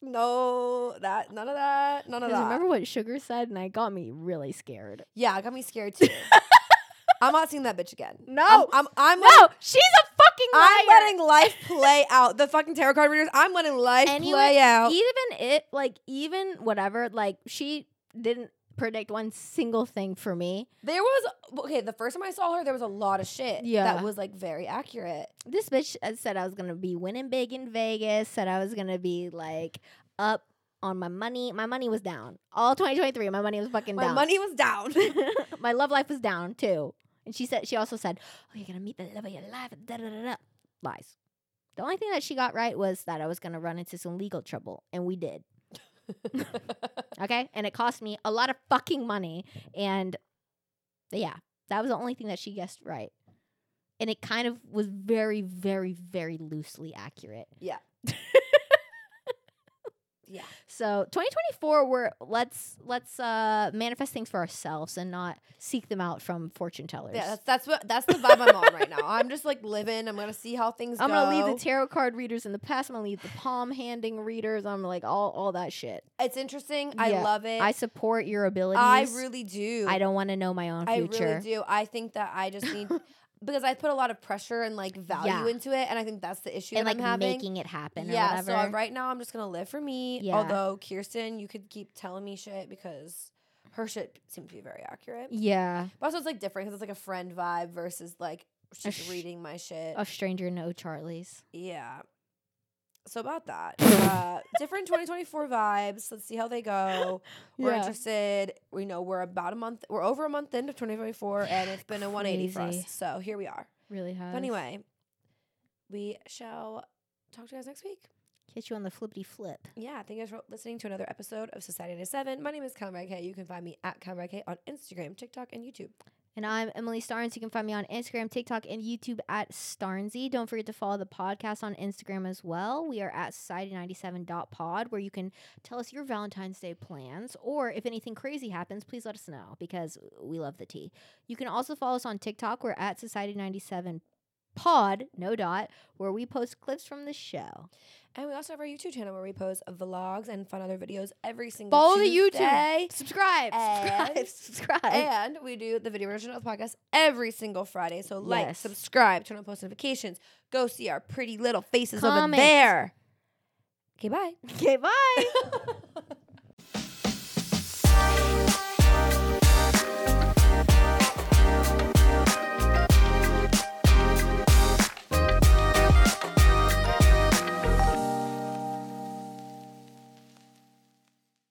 S3: No, that none of that, none of
S1: 'Cause
S3: that.
S1: remember what Sugar said, and I got me really scared.
S3: yeah, it got me scared too. I'm not seeing that bitch again.
S1: No.
S3: I'm, I'm, I'm letting,
S1: No, she's a fucking liar.
S3: I'm letting life play out. The fucking tarot card readers. I'm letting life
S1: Anyway,
S3: play out.
S1: even it, like even whatever, like she didn't predict one single thing for me.
S3: There was okay. The first time I saw her, there was a lot of shit.
S1: Yeah.
S3: that was like very accurate.
S1: This bitch uh, said I was gonna be winning big in Vegas. Said I was gonna be like up on my money. My money was down all 2023. My money was fucking
S3: My
S1: down.
S3: money was down.
S1: my love life was down too. And she said she also said, "Oh, you're gonna meet the love of your life." Da, da, da, da. Lies. The only thing that she got right was that I was gonna run into some legal trouble, and we did. okay, and it cost me a lot of fucking money, and yeah, that was the only thing that she guessed right, and it kind of was very, very, very loosely accurate.
S3: yeah,
S1: So 2024, we're let's let's uh, manifest things for ourselves and not seek them out from fortune tellers.
S3: yeah. That's that's what that's the vibe I'm on right now. I'm just like living. I'm gonna see how things.
S1: I'm gonna leave
S3: go.
S1: the tarot card readers in the past. I'm gonna leave the palm handing readers. I'm like all all that shit.
S3: It's interesting. I
S1: Yeah,
S3: love it.
S1: I support your abilities.
S3: Eh. I really do.
S1: I don't want to know my own
S3: I
S1: future.
S3: really do. I think that I just need because I put a lot of pressure and like value
S1: Yeah. into
S3: into it, and I think that's the issue
S1: And
S3: that
S1: like
S3: I'm having.
S1: making it happen. or
S3: yeah.
S1: whatever.
S3: So right now, I'm just gonna live for me.
S1: Yeah.
S3: Although Kirsten, you could keep telling me shit because her shit seemed to be very accurate.
S1: yeah,
S3: But also, it's like different because it's like a friend vibe versus like she's
S1: sh-
S3: reading my shit.
S1: a stranger no Charlie's.
S3: yeah. So about that, uh, different 2024 vibes. Let's see how they go. We're interested. We know we're about a month. We're over a month into 2024, and it's been a 180 for
S1: Crazy.
S3: us. So here we are.
S1: really has.
S3: But anyway, we shall talk to you guys next week.
S1: catch you on the flippity flip.
S3: Yeah, thank you guys for listening to another episode of Society Under Seven. My name is Conrad K. You can find me at Conrad K on Instagram, TikTok, and YouTube.
S1: And I'm Emily Starnes. You can find me on Instagram, TikTok, and YouTube at Starnsy. Don't forget to follow the podcast on Instagram as well. We are at society97.pod, where you can tell us your Valentine's Day plans, or if anything crazy happens, please let us know because we love the tea. You can also follow us on TikTok. We're at society97 pod, no dot, where we post clips from the show.
S3: And we also have our YouTube channel where we post vlogs and fun other videos every single
S1: Follow the
S3: Tuesday.
S1: YouTube. Subscribe.
S3: And-
S1: Subscribe. Subscribe.
S3: And we do the video version of the podcast every single Friday. So like,
S1: Yes.
S3: subscribe, turn on post notifications, go see our pretty little faces
S1: Comment.
S3: over there. Okay, bye.
S1: okay, bye.